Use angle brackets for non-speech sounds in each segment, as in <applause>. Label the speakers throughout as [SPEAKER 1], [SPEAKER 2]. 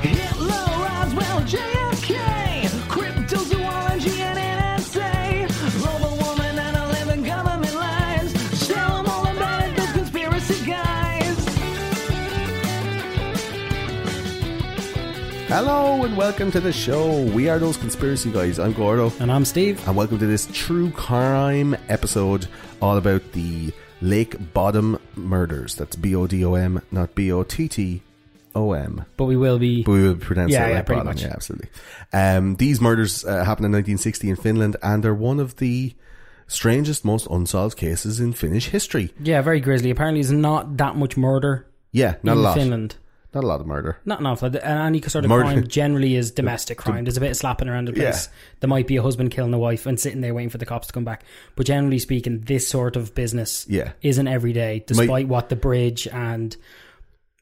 [SPEAKER 1] Hitler, Roswell, JFK, cryptozoology and NSA, global woman and 11 government lies. Tell 'em all about it, those conspiracy guys.
[SPEAKER 2] Hello and welcome to the show. We are those conspiracy guys. I'm Gordo,
[SPEAKER 3] And I'm Steve.
[SPEAKER 2] and welcome to this true crime episode all about the Lake Bottom murders. That's B O D O M, not B O T T O M.
[SPEAKER 3] But we will be.
[SPEAKER 2] But we would pronounce
[SPEAKER 3] Yeah,
[SPEAKER 2] it
[SPEAKER 3] yeah,
[SPEAKER 2] Lake
[SPEAKER 3] pretty
[SPEAKER 2] Bottom.
[SPEAKER 3] much.
[SPEAKER 2] Yeah, absolutely. Um, these murders uh, happened in 1960 in Finland, and they're one of the strangest, most unsolved cases in Finnish history.
[SPEAKER 3] Yeah, very grisly. Apparently, it's not that much murder
[SPEAKER 2] Yeah, not
[SPEAKER 3] in
[SPEAKER 2] a lot.
[SPEAKER 3] Finland.
[SPEAKER 2] Not a lot of murder.
[SPEAKER 3] Not an awful lot. And any sort of
[SPEAKER 2] Murder-
[SPEAKER 3] crime generally is domestic crime. There's a bit of slapping around the place. There might be a husband killing a wife and sitting there waiting for the cops to come back. But generally speaking, this sort of business
[SPEAKER 2] Yeah.
[SPEAKER 3] isn't every day, despite what the bridge and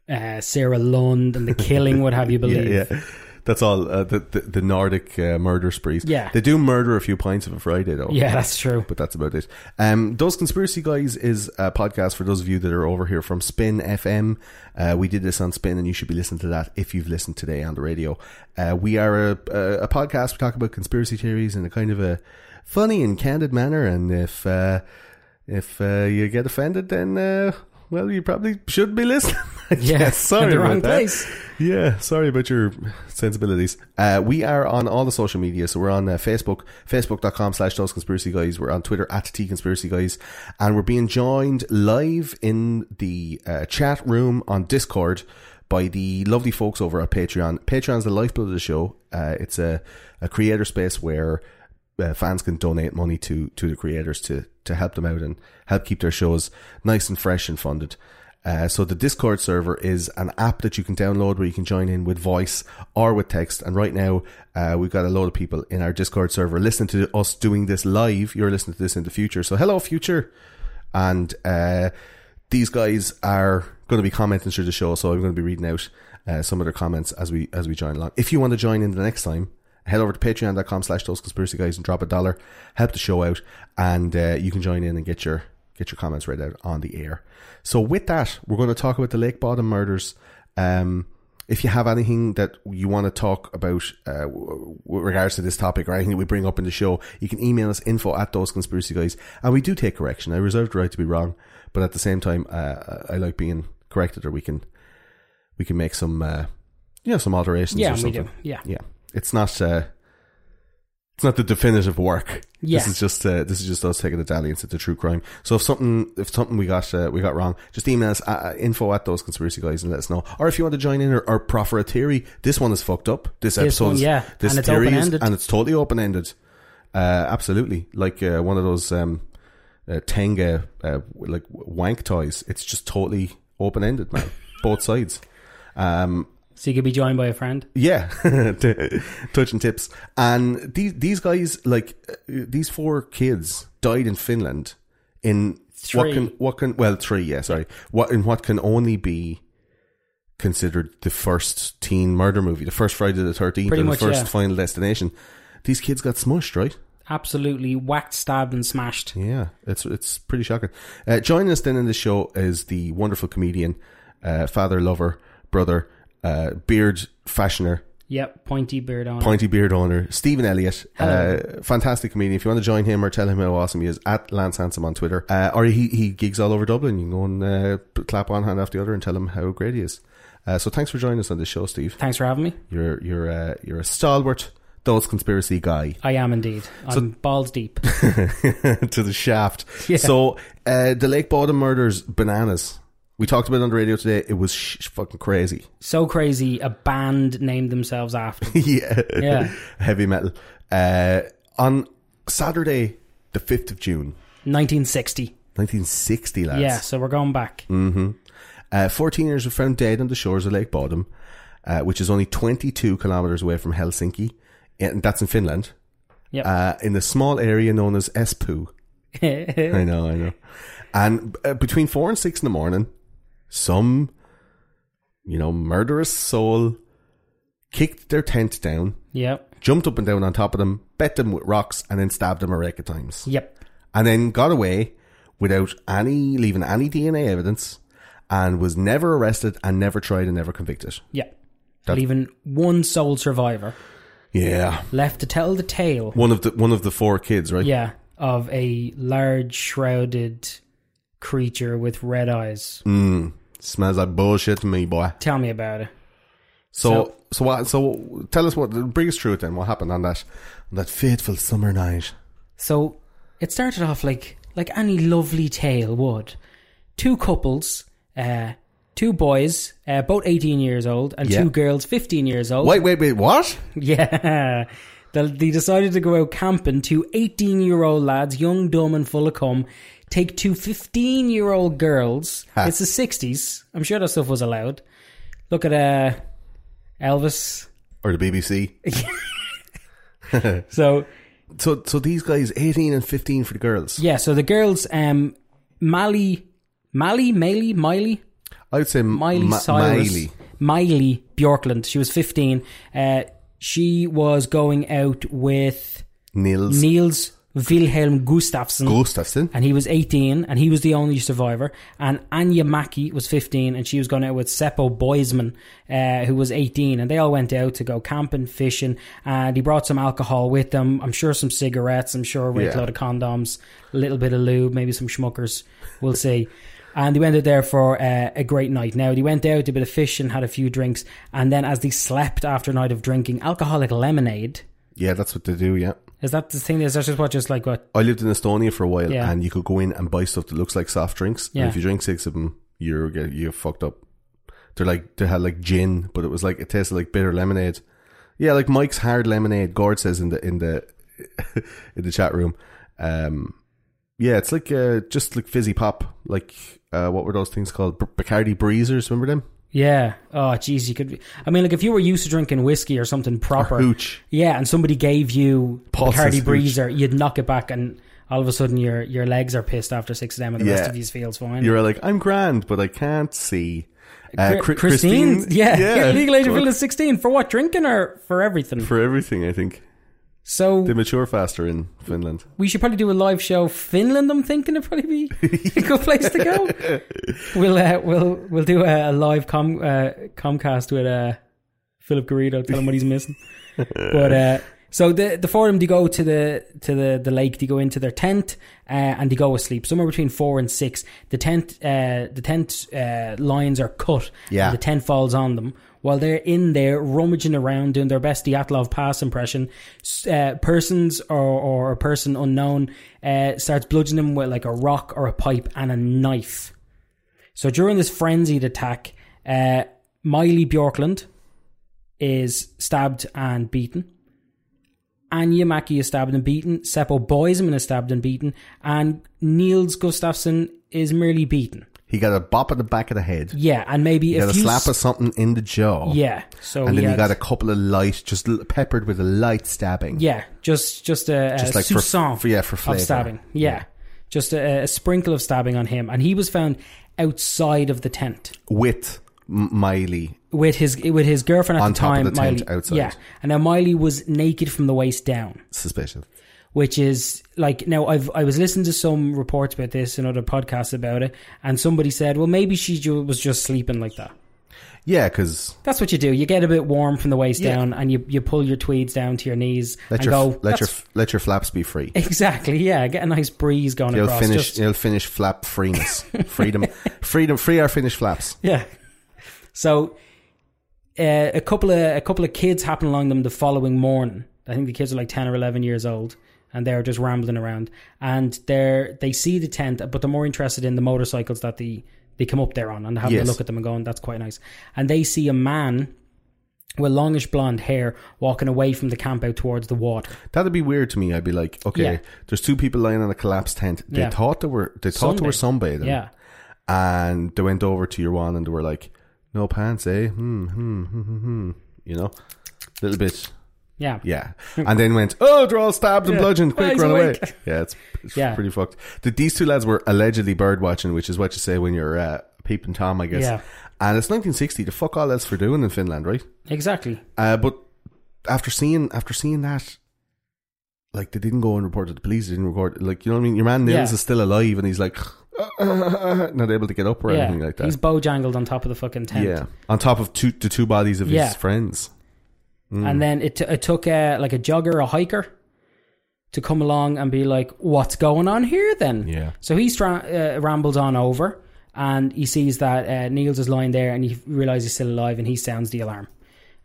[SPEAKER 3] uh, Sarah Lund and the killing would have you
[SPEAKER 2] <laughs> Yeah,
[SPEAKER 3] believe.
[SPEAKER 2] yeah. That's all uh, the, the the Nordic uh, murder sprees.
[SPEAKER 3] Yeah.
[SPEAKER 2] they do murder a few pints of a Friday though.
[SPEAKER 3] Yeah, that's true.
[SPEAKER 2] <laughs> but that's about it. Um, Those Conspiracy Guys is a podcast for those of you that are over here from Spin FM. Uh, we did this on Spin, and you should be listening to that if you've listened today on the radio. Uh, we are a, a, a podcast. We talk about conspiracy theories in a kind of a funny and candid manner. And if uh, if uh, you get offended, then uh, well, you probably should be listening. <laughs>
[SPEAKER 3] <laughs> Yeah,
[SPEAKER 2] Yes, sorry
[SPEAKER 3] in the
[SPEAKER 2] about
[SPEAKER 3] wrong
[SPEAKER 2] that.
[SPEAKER 3] place.
[SPEAKER 2] Yeah, sorry about your sensibilities. Uh, we are on all the social media. So we're on uh, Facebook, facebook.com slash those conspiracy guys. We're on Twitter at T conspiracy guys. And we're being joined live in the uh, chat room on Discord by the lovely folks over at Patreon. Patreon's the lifeblood of the show. Uh, it's a, a creator space where uh, fans can donate money to to the creators to to help them out and help keep their shows nice and fresh and funded. Uh, so the Discord server is an app that you can download where you can join in with voice or with text. And right now, uh, we've got a lot of people in our Discord server listening to us doing this live. You're listening to this in the future, so hello future. And uh, these guys are going to be commenting through the show, so I'm going to be reading out uh, some of their comments as we as we join along. If you want to join in the next time, head over to patreon.com slash those conspiracy guys and drop a dollar, help the show out, and uh, you can join in and get your get your comments read out on the air. So with that, we're going to talk about the Lake Bottom murders. Um, if you have anything that you want to talk about uh, w- with regards to this topic or anything that we bring up in the show, you can email us info at those conspiracy guys. And we do take correction. I reserve the right to be wrong, but at the same time, uh, I I like being corrected, or we can we can make some uh, you know some alterations.
[SPEAKER 3] Yeah,
[SPEAKER 2] or
[SPEAKER 3] we
[SPEAKER 2] something.
[SPEAKER 3] do. Yeah.
[SPEAKER 2] yeah. It's not uh, it's not the definitive work.
[SPEAKER 3] Yeah.
[SPEAKER 2] This is just uh, this is just us taking the dalliance at the true crime. So if something if something we got uh, we got wrong, just email us uh, info at those conspiracy guys and let us know. Or if you want to join in or, or proffer a theory, this one is fucked up. This, episode,
[SPEAKER 3] one,
[SPEAKER 2] is,
[SPEAKER 3] yeah.
[SPEAKER 2] this
[SPEAKER 3] And it's
[SPEAKER 2] theory is,
[SPEAKER 3] open-ended.
[SPEAKER 2] and it's totally open ended. Uh, absolutely, like uh, one of those um, uh, Tenga uh, like wank toys. It's just totally open ended, man. Both sides. Um,
[SPEAKER 3] So you could be joined by a friend.
[SPEAKER 2] yeah, <laughs> T- touching tips. And these these guys, like uh, these four kids, died in Finland in what
[SPEAKER 3] Three.
[SPEAKER 2] can what can well three yeah sorry what in what can only be considered the first teen murder movie, the first Friday the Thirteenth, or
[SPEAKER 3] Pretty
[SPEAKER 2] the
[SPEAKER 3] much,
[SPEAKER 2] first
[SPEAKER 3] yeah.
[SPEAKER 2] Final Destination. These kids got smushed, right?
[SPEAKER 3] Absolutely whacked, stabbed, and smashed.
[SPEAKER 2] Yeah, it's it's pretty shocking. Uh, joining us then in the show is the wonderful comedian, uh, father, lover, brother, uh, beard fashioner,
[SPEAKER 3] Yep, pointy beard on.
[SPEAKER 2] pointy beard owner Stephen Elliott, uh, fantastic comedian. If you want to join him or tell him how awesome he is, at Lance Handsome on Twitter, uh, or he he gigs all over Dublin. You can go and uh, p- clap one hand after the other and tell him how great he is. Uh, so thanks for joining us on this show, Steve.
[SPEAKER 3] Thanks for having me.
[SPEAKER 2] You're you're uh, you're a stalwart, those conspiracy guy <laughs>
[SPEAKER 3] I am indeed. I'm balls deep.
[SPEAKER 2] to the shaft.
[SPEAKER 3] Yeah.
[SPEAKER 2] So uh, the Lake Bottom murders, bananas. We talked about it on the radio today. It was sh- fucking crazy. <laughs>
[SPEAKER 3] so crazy, a band named themselves after.
[SPEAKER 2] yeah.
[SPEAKER 3] Yeah.
[SPEAKER 2] Heavy metal. Uh, on Saturday, the 5th of June,
[SPEAKER 3] 1960.
[SPEAKER 2] 1960, lads.
[SPEAKER 3] Yeah, so we're going back. <laughs>
[SPEAKER 2] Uh, 14 years were found dead on the shores of Lake Bodom, uh, which is only 22 kilometers away from Helsinki, and that's in Finland,
[SPEAKER 3] Yep.
[SPEAKER 2] uh, in the small area known as Espoo. I know, I know. And uh, between four and six in the morning, some, you know, murderous soul kicked their tent down,
[SPEAKER 3] yep.
[SPEAKER 2] jumped up and down on top of them, bet them with rocks, and then stabbed them a rake of times.
[SPEAKER 3] Yep.
[SPEAKER 2] And then got away without any, leaving any DNA evidence, and was never arrested and never tried and never convicted.
[SPEAKER 3] Yep. Leaving one sole survivor
[SPEAKER 2] Yeah.
[SPEAKER 3] left to tell the tale.
[SPEAKER 2] One of the one of the four kids, right?
[SPEAKER 3] Yeah, of a large shrouded creature with red eyes.
[SPEAKER 2] Mm. Hmm. Smells like bullshit to me, boy.
[SPEAKER 3] Tell me about it.
[SPEAKER 2] So, so, what, so, tell us what, bring us through it then, what happened on that, on that fateful summer night.
[SPEAKER 3] So it started off like like any lovely tale would. Two couples, uh, two boys, uh, both eighteen years old, and
[SPEAKER 2] Yeah.
[SPEAKER 3] two girls, fifteen years old.
[SPEAKER 2] Wait, wait, wait, what?
[SPEAKER 3] Yeah. <laughs> They, they decided to go out camping. Two 18 year old lads, young, dumb, and full of cum, take two 15 year old girls.
[SPEAKER 2] Ha.
[SPEAKER 3] It's the 60s. I'm sure that stuff was allowed. Look at uh, Elvis.
[SPEAKER 2] Or the BBC.
[SPEAKER 3] So,
[SPEAKER 2] So, so these guys, 18 and 15 for the girls.
[SPEAKER 3] yeah, so the girls, um, Mally, Mally, Miley, Miley,
[SPEAKER 2] I'd say
[SPEAKER 3] Miley Cyrus. Miley. Bjorklund. She was 15. Uh, she was going out with
[SPEAKER 2] Nils
[SPEAKER 3] Niels Wilhelm Gustafsson.
[SPEAKER 2] Gustafsson.
[SPEAKER 3] and he was 18 and he was the only survivor and Anya Mackey was 15 and she was going out with Seppo Boisman uh, who was 18 and they all went out to go camping fishing and he brought some alcohol with them I'm sure some cigarettes I'm sure a
[SPEAKER 2] Yeah.
[SPEAKER 3] load of condoms a little bit of lube maybe some schmuckers we'll see and they went out there for uh, a great night now they went out did a bit of fishing had a few drinks and then as they slept after a night of drinking alcoholic lemonade
[SPEAKER 2] Yeah, that's what they do, yeah.
[SPEAKER 3] is that the thing is that just what just like what
[SPEAKER 2] I lived in Estonia for a while
[SPEAKER 3] Yeah.
[SPEAKER 2] and you could go in and buy stuff that looks like soft drinks.
[SPEAKER 3] Yeah.
[SPEAKER 2] And if you drink six of them, you're, get- you're fucked up. They're like, they had like gin, but it was like, it tasted like bitter lemonade. Yeah, like Mike's hard lemonade, Gord says in the, in the, <laughs> in the chat room. Um, yeah, it's like, uh, just like fizzy pop. Like, uh, what were those things called? B- Bacardi Breezers, remember them?
[SPEAKER 3] Yeah. Oh, jeez, you could. I mean, like if you were used to drinking whiskey or something proper,
[SPEAKER 2] hooch.
[SPEAKER 3] yeah, and somebody gave you
[SPEAKER 2] Paul says
[SPEAKER 3] Bacardi
[SPEAKER 2] hooch.
[SPEAKER 3] Breezer, you'd knock it back, and all of a sudden your your legs are pissed after six of them, and the
[SPEAKER 2] Yeah.
[SPEAKER 3] rest of you feels fine.
[SPEAKER 2] You're like, I'm grand, but I can't see. Uh,
[SPEAKER 3] Cri-
[SPEAKER 2] Cri-
[SPEAKER 3] Christine, yeah, <laughs> legal age of
[SPEAKER 2] fuck,
[SPEAKER 3] is sixteen for what drinking or for everything.
[SPEAKER 2] for everything, I think.
[SPEAKER 3] so
[SPEAKER 2] They mature faster in Finland.
[SPEAKER 3] we should probably do a live show. Finland, I'm thinking it'd probably be a good place to go.
[SPEAKER 2] <laughs>
[SPEAKER 3] we'll uh, we'll we'll do a, a live com uh, Comcast with uh, Philip Garrido. Tell him what he's missing. but uh, so the the four of them, they go to the to the, the lake. They go into their tent uh, and they go asleep. Somewhere between four and six, the tent uh, the tent uh, lines are cut.
[SPEAKER 2] Yeah.
[SPEAKER 3] and the tent falls on them. While they're in there rummaging around doing their best Dyatlov Pass impression, s- uh, persons or, or a person unknown uh, starts bludgeoning them with like a rock or a pipe and a knife. So during this frenzied attack, uh, Miley Bjorklund is stabbed and beaten. Anya Mackey is stabbed and beaten. Seppo Boisman is stabbed and beaten. And Niels Gustafsson is merely beaten.
[SPEAKER 2] He got a bop at the back of the head.
[SPEAKER 3] Yeah, and maybe
[SPEAKER 2] He
[SPEAKER 3] if
[SPEAKER 2] got a
[SPEAKER 3] you
[SPEAKER 2] slap
[SPEAKER 3] s-
[SPEAKER 2] of something in the jaw.
[SPEAKER 3] yeah, so
[SPEAKER 2] And
[SPEAKER 3] he
[SPEAKER 2] then he
[SPEAKER 3] had-
[SPEAKER 2] got a couple of light, just l- peppered with a light stabbing.
[SPEAKER 3] yeah, just just a, a
[SPEAKER 2] Just like for-
[SPEAKER 3] soupçon
[SPEAKER 2] for- yeah, for flavour.
[SPEAKER 3] of stabbing. Yeah, just a, a sprinkle of stabbing on him, and he was found outside of the tent.
[SPEAKER 2] With M- Miley.
[SPEAKER 3] with his with his girlfriend at
[SPEAKER 2] On
[SPEAKER 3] the
[SPEAKER 2] top of
[SPEAKER 3] time,
[SPEAKER 2] the
[SPEAKER 3] Miley.
[SPEAKER 2] tent outside.
[SPEAKER 3] Yeah, and now Miley was naked from the waist down,
[SPEAKER 2] Suspicious.
[SPEAKER 3] which is like now I've I was listening to some reports about this and other podcasts about it, and somebody said, well, maybe she ju- was just sleeping like that.
[SPEAKER 2] Yeah, because
[SPEAKER 3] That's what you do. You get a bit warm from the waist
[SPEAKER 2] Yeah.
[SPEAKER 3] down, and you, you pull your tweeds down to your knees
[SPEAKER 2] let
[SPEAKER 3] and
[SPEAKER 2] your
[SPEAKER 3] go.
[SPEAKER 2] f- let your
[SPEAKER 3] "That's-
[SPEAKER 2] f- let your flaps be free.
[SPEAKER 3] <laughs> exactly yeah, get a nice breeze going
[SPEAKER 2] You'll
[SPEAKER 3] across.
[SPEAKER 2] finish.
[SPEAKER 3] just-
[SPEAKER 2] You'll finish
[SPEAKER 3] <laughs>
[SPEAKER 2] flap freeness, freedom, freedom, free our Finnish flaps.
[SPEAKER 3] Yeah. So uh, a couple of a couple of kids happen along them the following morning. I think the kids are like ten or eleven years old, and they're just rambling around. And they're they see the tent, but they're more interested in the motorcycles that the they come up there on, and they're having
[SPEAKER 2] Yes.
[SPEAKER 3] a look at them and going, "That's quite nice." And they see a man with longish blonde hair walking away from the camp out towards the water.
[SPEAKER 2] That'd be weird to me. I'd be like, okay,
[SPEAKER 3] Yeah.
[SPEAKER 2] there's two people lying on a collapsed tent. They
[SPEAKER 3] Yeah.
[SPEAKER 2] thought they were they thought they were sunbathing.
[SPEAKER 3] Yeah.
[SPEAKER 2] And they went over to your one and they were like, No pants, eh? Hmm, hmm, hmm, hmm, hmm. You know? Little bit
[SPEAKER 3] Yeah.
[SPEAKER 2] yeah. And then went, Oh, they're all stabbed and bludgeoned,
[SPEAKER 3] <laughs>
[SPEAKER 2] quick
[SPEAKER 3] Eyes
[SPEAKER 2] run away.
[SPEAKER 3] awake.
[SPEAKER 2] Yeah, it's, it's
[SPEAKER 3] Yeah.
[SPEAKER 2] pretty fucked. The, these two lads were allegedly bird watching, which is what you say when you're uh peeping Tom, I guess.
[SPEAKER 3] Yeah.
[SPEAKER 2] And it's nineteen sixty, the fuck all else for doing in Finland, right?
[SPEAKER 3] Exactly.
[SPEAKER 2] Uh, but after seeing after seeing that, like they didn't go and report to the police. They didn't record. Like you know what I mean. Your man Nils
[SPEAKER 3] Yeah.
[SPEAKER 2] is still alive, and he's like <laughs> not able to get up or
[SPEAKER 3] yeah.
[SPEAKER 2] anything like that.
[SPEAKER 3] He's bojangled on top of the fucking tent.
[SPEAKER 2] yeah, on top of two the two bodies of
[SPEAKER 3] Yeah.
[SPEAKER 2] his friends.
[SPEAKER 3] And then it, t- it took uh, like a jogger, a hiker, to come along and be like, "What's going on here?" Then,
[SPEAKER 2] Yeah.
[SPEAKER 3] So he stra- uh, rambles on over, and he sees that uh, Niels is lying there, and he realizes he's still alive, and he sounds the alarm,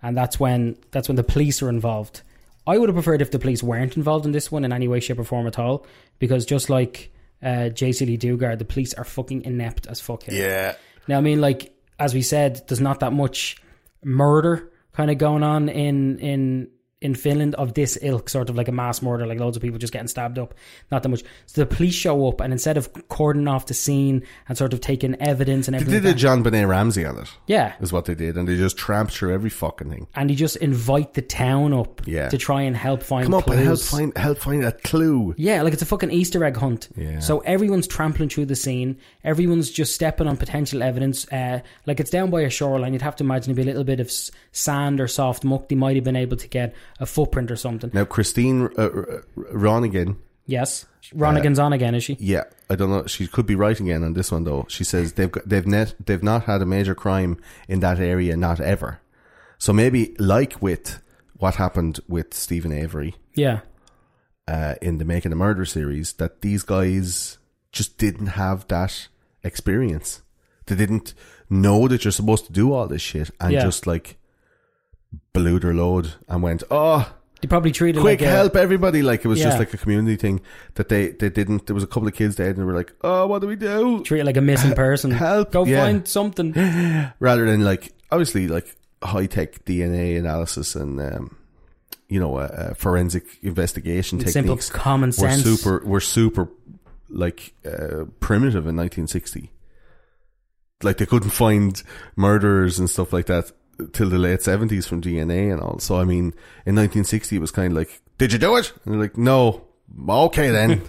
[SPEAKER 3] and that's when that's when the police are involved. I would have preferred if the police weren't involved in this one in any way, shape, or form at all, because just like uh, J.C. Lee Dugard, the police are fucking inept as fuck. here.
[SPEAKER 2] Yeah,
[SPEAKER 3] Now, I mean, like as we said, there's not that much murder kind of going on in in in Finland of this ilk, sort of like a mass murder, like loads of people just getting stabbed up. Not that much. So the police show up, and instead of cordoning off the scene and sort of taking evidence and
[SPEAKER 2] they
[SPEAKER 3] everything,
[SPEAKER 2] did
[SPEAKER 3] like
[SPEAKER 2] a John Benet Ramsey on it.
[SPEAKER 3] yeah,
[SPEAKER 2] Is what they did, and they just tramped through every fucking thing.
[SPEAKER 3] and you just invite the town up
[SPEAKER 2] Yeah.
[SPEAKER 3] to try and help find
[SPEAKER 2] Come up
[SPEAKER 3] clues.
[SPEAKER 2] and help find help find a clue.
[SPEAKER 3] Yeah, like it's a fucking Easter egg hunt.
[SPEAKER 2] Yeah.
[SPEAKER 3] So everyone's trampling through the scene. Everyone's just stepping on potential evidence. Uh, like it's down by a shoreline. You'd have to imagine it'd be a little bit of s- sand or soft muck. They might have been able to get a footprint or something.
[SPEAKER 2] Now Christine uh, uh, Ronigan
[SPEAKER 3] Yes. Ronigan's on again, is she?
[SPEAKER 2] Yeah, I don't know. She could be right again on this one though. She says they've got, they've net they've not had a major crime in that area, not ever. So maybe like with what happened with Stephen Avery
[SPEAKER 3] Yeah.
[SPEAKER 2] uh, in the Making a Murder series, that these guys just didn't have that experience. They didn't know that you're supposed to do all this shit and
[SPEAKER 3] Yeah.
[SPEAKER 2] just like blew their load and went, oh,
[SPEAKER 3] They probably treated
[SPEAKER 2] quick
[SPEAKER 3] like a-
[SPEAKER 2] help everybody like it was just
[SPEAKER 3] Yeah.
[SPEAKER 2] like a community thing that they they didn't there was a couple of kids dead and they were like oh what do we do
[SPEAKER 3] treat it like a
[SPEAKER 2] <laughs>
[SPEAKER 3] missing person.
[SPEAKER 2] Help,
[SPEAKER 3] Go
[SPEAKER 2] yeah.
[SPEAKER 3] find
[SPEAKER 2] <gasps>
[SPEAKER 3] something.
[SPEAKER 2] rather than like obviously like high tech dna analysis and um you know uh, uh, forensic investigation
[SPEAKER 3] Simple
[SPEAKER 2] techniques
[SPEAKER 3] common
[SPEAKER 2] were
[SPEAKER 3] sense.
[SPEAKER 2] super were super like uh, primitive in 1960 like they couldn't find murderers and stuff like that till the late 70s from dna and all so i mean in 1960 it was kind of like did you do it and they're like no
[SPEAKER 3] <laughs>
[SPEAKER 2] okay then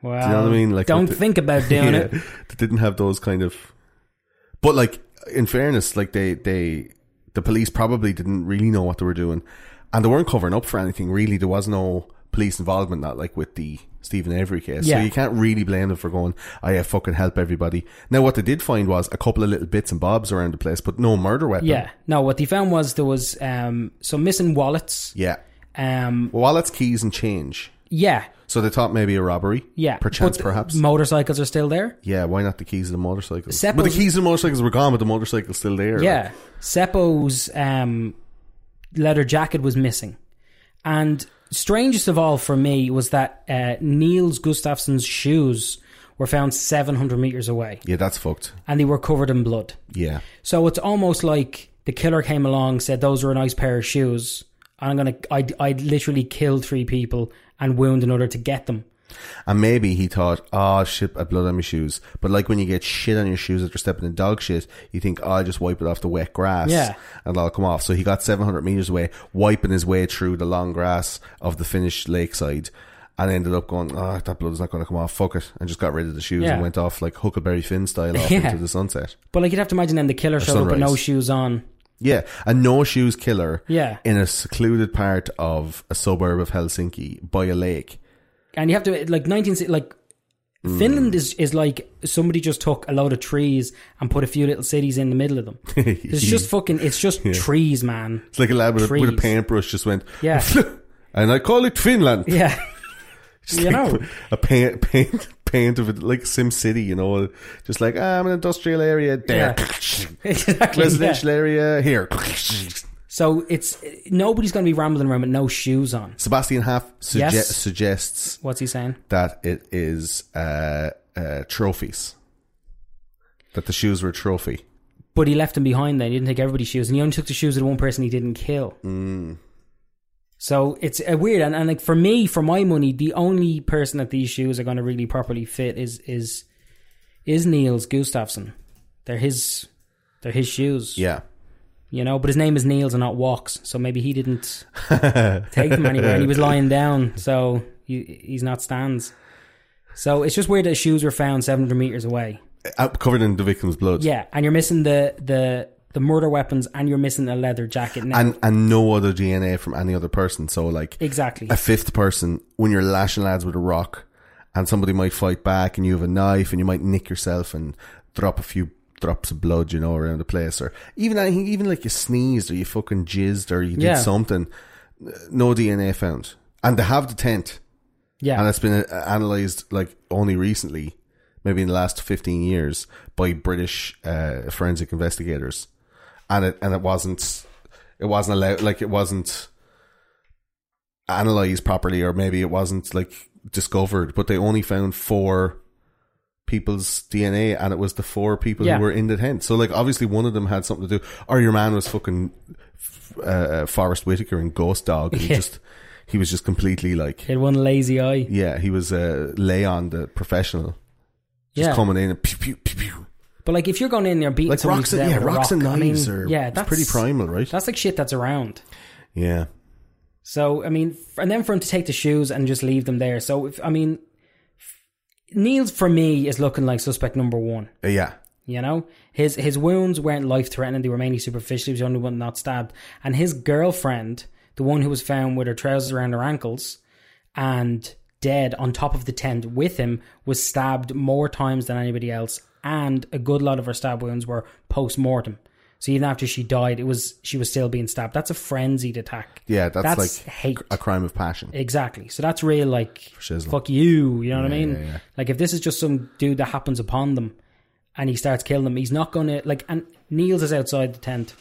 [SPEAKER 3] Wow.
[SPEAKER 2] you know what I mean? Like,
[SPEAKER 3] don't
[SPEAKER 2] with the-
[SPEAKER 3] think about doing
[SPEAKER 2] <laughs> Yeah,
[SPEAKER 3] it.
[SPEAKER 2] They didn't have those kind of. But like, in fairness, like they they the police probably didn't really know what they were doing, and they weren't covering up for anything. Really, there was no police involvement, not like with the Stephen Avery case.
[SPEAKER 3] Yeah.
[SPEAKER 2] So you can't really blame them for going, "I have fucking help everybody." Now, what they did find was a couple of little bits and bobs around the place, but no murder weapon.
[SPEAKER 3] Yeah. No, what they found was there was um, some missing wallets.
[SPEAKER 2] yeah.
[SPEAKER 3] Um,
[SPEAKER 2] Well, wallets, keys, and change.
[SPEAKER 3] yeah.
[SPEAKER 2] So they thought maybe a robbery.
[SPEAKER 3] Yeah.
[SPEAKER 2] perchance,
[SPEAKER 3] But
[SPEAKER 2] perhaps.
[SPEAKER 3] Motorcycles are still there.
[SPEAKER 2] yeah, why not the keys of the motorcycles?
[SPEAKER 3] Seppos-
[SPEAKER 2] But the keys of the motorcycles were gone, but the motorcycle's still there.
[SPEAKER 3] Yeah. Seppo's um, leather jacket was missing. And strangest of all for me was that uh, Niels Gustafsson's shoes were found 700 meters away
[SPEAKER 2] Yeah, that's fucked.
[SPEAKER 3] and they were covered in blood.
[SPEAKER 2] Yeah.
[SPEAKER 3] So it's almost like the killer came along, said, Those are a nice pair of shoes. And I'm going to, I'd, I'd literally kill three people and wound another to get them.
[SPEAKER 2] And maybe he thought, oh shit, I blood on my shoes. But like when you get shit on your shoes after stepping in dog shit, you think, oh, I'll just wipe it off the wet grass.
[SPEAKER 3] Yeah.
[SPEAKER 2] And that'll come off. So he got 700 meters away, wiping his way through the long grass of the Finnish lakeside and ended up going, oh, that blood's not going to come off. Fuck it. And just got rid of the shoes
[SPEAKER 3] Yeah.
[SPEAKER 2] and went off like Huckleberry Finn style
[SPEAKER 3] <laughs>
[SPEAKER 2] off
[SPEAKER 3] Yeah.
[SPEAKER 2] into the sunset.
[SPEAKER 3] But like you'd have to imagine then the killer showed up with
[SPEAKER 2] sunrise.
[SPEAKER 3] no shoes on.
[SPEAKER 2] Yeah. A no shoes killer.
[SPEAKER 3] Yeah.
[SPEAKER 2] In a secluded part of a suburb of Helsinki by a lake. <laughs>
[SPEAKER 3] and you have to like 19 like Finland is is like somebody just took a load of trees and put a few little cities in the middle of them. it's just fucking it's just trees, man. <laughs>
[SPEAKER 2] It's like a lad with, a, with a
[SPEAKER 3] Trees.
[SPEAKER 2] paintbrush just went,
[SPEAKER 3] Yeah.
[SPEAKER 2] <laughs> and I call it Finland.
[SPEAKER 3] Yeah.
[SPEAKER 2] Just
[SPEAKER 3] You
[SPEAKER 2] like
[SPEAKER 3] know.
[SPEAKER 2] a paint, paint, paint of it, like Sim City, you know, just like ah, I'm an industrial area there,
[SPEAKER 3] exactly.
[SPEAKER 2] <laughs> residential
[SPEAKER 3] yeah.
[SPEAKER 2] area here. <laughs>
[SPEAKER 3] So it's nobody's going to be rambling around with no shoes on.
[SPEAKER 2] Sebastian Half sugge-
[SPEAKER 3] Yes.
[SPEAKER 2] suggests
[SPEAKER 3] What's he saying?
[SPEAKER 2] that it is uh, uh, trophies, that the shoes were a trophy.
[SPEAKER 3] But he left them behind then. He didn't take everybody's shoes. And he only took the shoes of the one person he didn't kill. So it's uh, weird. And, and like for me, for my money, the only person that these shoes are going to really properly fit is is is Niels Gustafsson. They're his they're his shoes.
[SPEAKER 2] Yeah.
[SPEAKER 3] You know, but his name is Niels and not Walks, so maybe he didn't take them anywhere. And he was lying down, so he, he's not stands. So it's just weird that his shoes were found 700 meters away.
[SPEAKER 2] Uh, covered in the victim's blood.
[SPEAKER 3] Yeah, and you're missing the the the murder weapons, and you're missing a leather jacket. Now.
[SPEAKER 2] And and no other DNA from any other person. So like
[SPEAKER 3] exactly.
[SPEAKER 2] a fifth person when you're lashing lads with a rock and somebody might fight back and you have a knife and you might nick yourself and drop a few drops of blood, you know, around the place or even anything, even like you sneezed or you fucking jizzed or you did
[SPEAKER 3] Yeah.
[SPEAKER 2] something. No DNA found. And they have the tent
[SPEAKER 3] yeah,
[SPEAKER 2] and it's been uh, analyzed like only recently, maybe in the last 15 years by British uh, forensic investigators. And it, and it wasn't, it wasn't allowed, like it wasn't analyzed properly or maybe it wasn't like discovered, but they only found four people's DNA and it was the four people
[SPEAKER 3] Yeah.
[SPEAKER 2] who were in the tent. So like obviously one of them had something to do, or your man was fucking uh, Forrest Whitaker and Ghost Dog. And he
[SPEAKER 3] Yeah.
[SPEAKER 2] just, he was just completely like,
[SPEAKER 3] he had one lazy eye.
[SPEAKER 2] yeah, he was uh, Leon, the professional, just
[SPEAKER 3] Yeah,
[SPEAKER 2] coming in and pew pew pew pew,
[SPEAKER 3] but like if you're going in there beating
[SPEAKER 2] like
[SPEAKER 3] somebody
[SPEAKER 2] rocks
[SPEAKER 3] to
[SPEAKER 2] and
[SPEAKER 3] death
[SPEAKER 2] yeah,
[SPEAKER 3] with a
[SPEAKER 2] rocks and
[SPEAKER 3] rock, I mean,
[SPEAKER 2] knives are
[SPEAKER 3] yeah,
[SPEAKER 2] it's
[SPEAKER 3] that's
[SPEAKER 2] pretty primal, right?
[SPEAKER 3] That's like shit that's around.
[SPEAKER 2] Yeah,
[SPEAKER 3] So I mean, f- and then for him to take the shoes and just leave them there. So if, I mean, f- Niels for me is looking like suspect number one.
[SPEAKER 2] Uh, yeah,
[SPEAKER 3] You know, his his wounds weren't life threatening; they were mainly superficial. He was the only one not stabbed, and his girlfriend, the one who was found with her trousers around her ankles and dead on top of the tent with him, was stabbed more times than anybody else, and a good lot of her stab wounds were post mortem. So even after she died, it was she was still being stabbed. That's a frenzied attack.
[SPEAKER 2] yeah, that's, like
[SPEAKER 3] hate.
[SPEAKER 2] a crime of passion.
[SPEAKER 3] Exactly. So that's real, like,
[SPEAKER 2] shizzle.
[SPEAKER 3] fuck you. You know what I
[SPEAKER 2] Yeah,
[SPEAKER 3] mean?
[SPEAKER 2] yeah, yeah.
[SPEAKER 3] Like, if this is just some dude that happens upon them and he starts killing them, he's not going to, like, and Niels is outside the tent.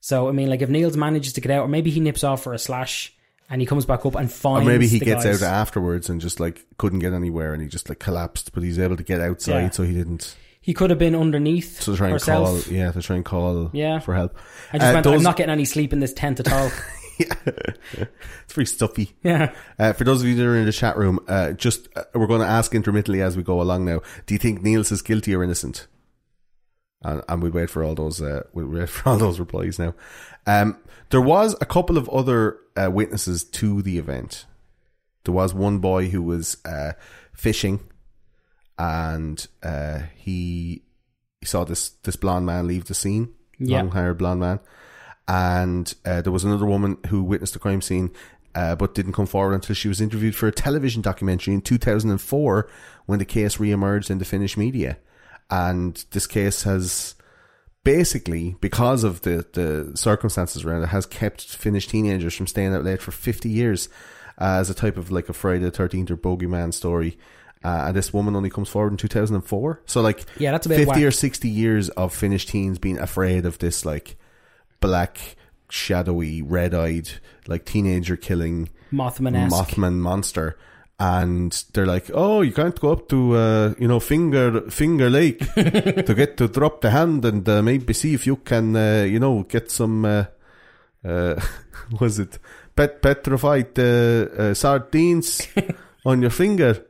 [SPEAKER 3] So, I mean, like, if Niels manages to get out, or maybe he nips off for a slash and he comes back up and
[SPEAKER 2] Or
[SPEAKER 3] finds.
[SPEAKER 2] maybe he
[SPEAKER 3] the
[SPEAKER 2] gets
[SPEAKER 3] guys.
[SPEAKER 2] out afterwards and just like couldn't get anywhere and he just like collapsed, but he's able to get outside,
[SPEAKER 3] Yeah.
[SPEAKER 2] so he didn't.
[SPEAKER 3] He could have been underneath
[SPEAKER 2] So to try and
[SPEAKER 3] herself.
[SPEAKER 2] call, yeah, to try and call,
[SPEAKER 3] Yeah.
[SPEAKER 2] for help.
[SPEAKER 3] I just
[SPEAKER 2] Uh,
[SPEAKER 3] went,
[SPEAKER 2] those- <laughs>
[SPEAKER 3] I'm not getting any sleep in this tent at all. <laughs>
[SPEAKER 2] It's very stuffy.
[SPEAKER 3] yeah.
[SPEAKER 2] Uh, for those of you that are in the chat room, uh, just uh, we're going to ask intermittently as we go along now. Do you think Niels is guilty or innocent? And, and we wait for all those uh, we wait for all those replies now. Um, there was a couple of other uh, witnesses to the event. There was one boy who was uh, fishing, and uh, he, he saw this this blonde man leave the scene.
[SPEAKER 3] Yeah.
[SPEAKER 2] Long haired blonde man and uh, there was another woman who witnessed the crime scene uh, but didn't come forward until she was interviewed for a television documentary in 2004 when the case re-emerged in the Finnish media and this case has basically because of the, the circumstances around it has kept Finnish teenagers from staying out late for 50 years uh, as a type of like a Friday the 13th or bogeyman story uh, and this woman only comes forward in 2004 so like
[SPEAKER 3] Yeah, that's a bit
[SPEAKER 2] 50
[SPEAKER 3] whack.
[SPEAKER 2] or 60 years of Finnish teens being afraid of this like black, shadowy, red eyed, like teenager killing
[SPEAKER 3] Mothman esque.
[SPEAKER 2] Mothman monster. And they're like, oh, you can't go up to, uh, you know, Finger Finger Lake to get to drop the hand and uh, maybe see if you can, uh, you know, get some, uh, uh, <laughs> was it pet petrified uh, uh, sardines on your finger?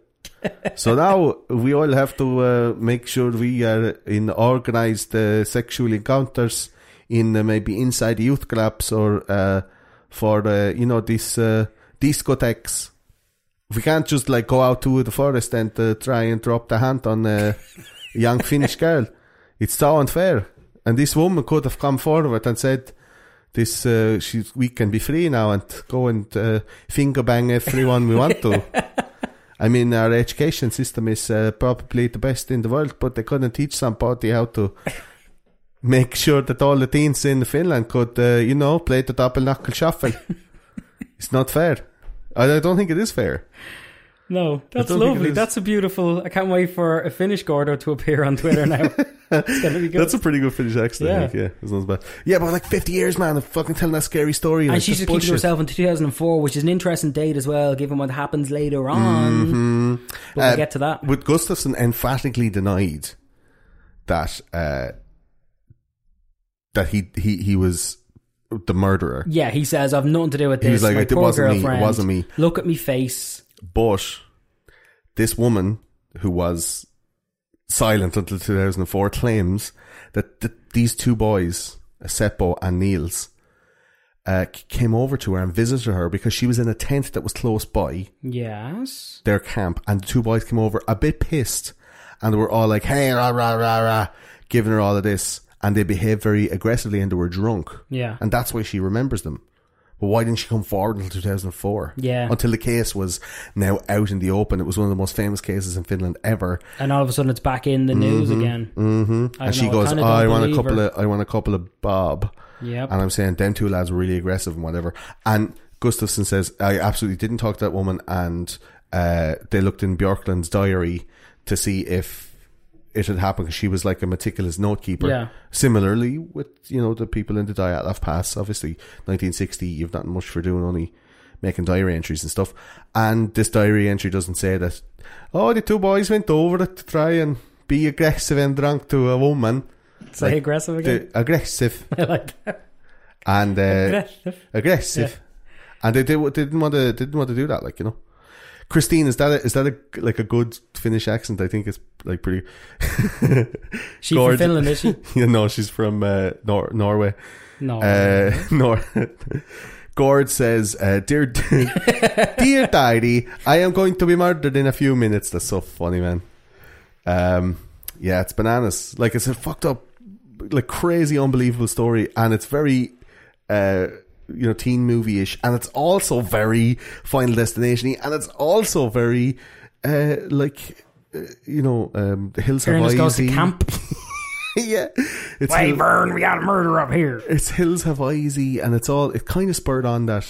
[SPEAKER 2] So now we all have to uh, make sure we are in organized uh, sexual encounters in uh, maybe inside youth clubs or uh, for uh, you know these uh, discotheques. We can't just like go out to the forest and uh, try and drop the hand on a young Finnish girl. It's so unfair. And this woman could have come forward and said, "This uh, she, we can be free now and go and uh, finger bang everyone we want to." I mean, our education system is uh, probably the best in the world, but they couldn't teach somebody how
[SPEAKER 3] <laughs>
[SPEAKER 2] to make sure that all the teens in Finland could, uh, you know, play the double knuckle
[SPEAKER 3] <laughs>
[SPEAKER 2] shuffle. it's not fair. I, I don't think it is fair.
[SPEAKER 3] No, that's
[SPEAKER 2] don't think it
[SPEAKER 3] lovely.
[SPEAKER 2] is.
[SPEAKER 3] That's a beautiful. I can't wait for a Finnish Gordo to appear on Twitter now.
[SPEAKER 2] <laughs>
[SPEAKER 3] it's going to be good.
[SPEAKER 2] That's a pretty good Finnish accent, I
[SPEAKER 3] Yeah.
[SPEAKER 2] think. Yeah, it's not bad. Yeah, but like 50 years, man, of fucking telling that scary story. like,
[SPEAKER 3] and she's just
[SPEAKER 2] that's
[SPEAKER 3] keeping
[SPEAKER 2] bullshit.
[SPEAKER 3] herself into 2004, which is an interesting date as well, given what happens later on. But
[SPEAKER 2] Uh,
[SPEAKER 3] we'll get to that.
[SPEAKER 2] But Gustafsson emphatically denied that uh, that he he he was the murderer.
[SPEAKER 3] Yeah, he says, I've nothing to do with this.
[SPEAKER 2] He's like,
[SPEAKER 3] My
[SPEAKER 2] "It
[SPEAKER 3] poor
[SPEAKER 2] wasn't me, it
[SPEAKER 3] girlfriend.
[SPEAKER 2] wasn't me."
[SPEAKER 3] Look at me face.
[SPEAKER 2] But this woman who was silent until 2004 claims that th- these two boys, Seppo and Niels, uh, c- came over to her and visited her because she was in a tent that was close by
[SPEAKER 3] Yes.
[SPEAKER 2] their camp, and the two boys came over a bit pissed, and they were all like, "Hey, rah rah rah rah," giving her all of this, and they behaved very aggressively, and they were drunk,
[SPEAKER 3] Yeah.
[SPEAKER 2] and that's why she remembers them. But why didn't she come forward until 2004?
[SPEAKER 3] Yeah.
[SPEAKER 2] until the case was now out in the open. It was one of the most famous cases in Finland ever,
[SPEAKER 3] And all of a sudden it's back in the news again. Mm-hmm.
[SPEAKER 2] and she goes, "Oh, "I want a couple of, I want a couple of bob."
[SPEAKER 3] Yep.
[SPEAKER 2] And I'm saying them two lads were really aggressive and whatever. And Gustafsson says, I absolutely didn't talk to that woman and uh, they looked in Bjorklund's diary to see if it had happened because she was like a meticulous note keeper.
[SPEAKER 3] Yeah.
[SPEAKER 2] Similarly with, you know, the people in the Dyatlov Pass, obviously 1960, you've not much for doing only making diary entries and stuff. And this diary entry doesn't say that, oh, the two boys went over to try and be aggressive and drunk to a woman.
[SPEAKER 3] Say aggressive again. <laughs>
[SPEAKER 2] The- aggressive
[SPEAKER 3] I like that.
[SPEAKER 2] and uh,
[SPEAKER 3] Aggressive.
[SPEAKER 2] aggressive. and they, did, they didn't want to they didn't want to do that, like you know. Christine, is that a, is that a like a good Finnish accent? I think it's like pretty. <laughs>
[SPEAKER 3] She
[SPEAKER 2] Gorge-
[SPEAKER 3] from
[SPEAKER 2] <laughs>
[SPEAKER 3] Finland, is she?
[SPEAKER 2] you know, she's from uh, Nor- Norway.
[SPEAKER 3] No.
[SPEAKER 2] Uh, <laughs> Nor- Gord says, uh,
[SPEAKER 3] <laughs>
[SPEAKER 2] "Dear, dear Daddy, I am going to be murdered in a few minutes." That's so funny, man. Um, yeah, it's bananas. Like it's a fucked up, like crazy, unbelievable story, and it's very, uh, you know, teen movie ish, and it's also very Final Destination, and it's also very, uh, like, uh, you know, um, the Hills Have
[SPEAKER 3] Ernest goes
[SPEAKER 2] Eyes.
[SPEAKER 3] to camp.
[SPEAKER 2] <laughs> yeah, it's
[SPEAKER 3] Hey,
[SPEAKER 2] Hill-
[SPEAKER 3] Vern, we got a murder up here.
[SPEAKER 2] it's Hills Have Eyes and it's all it kind of spurred on that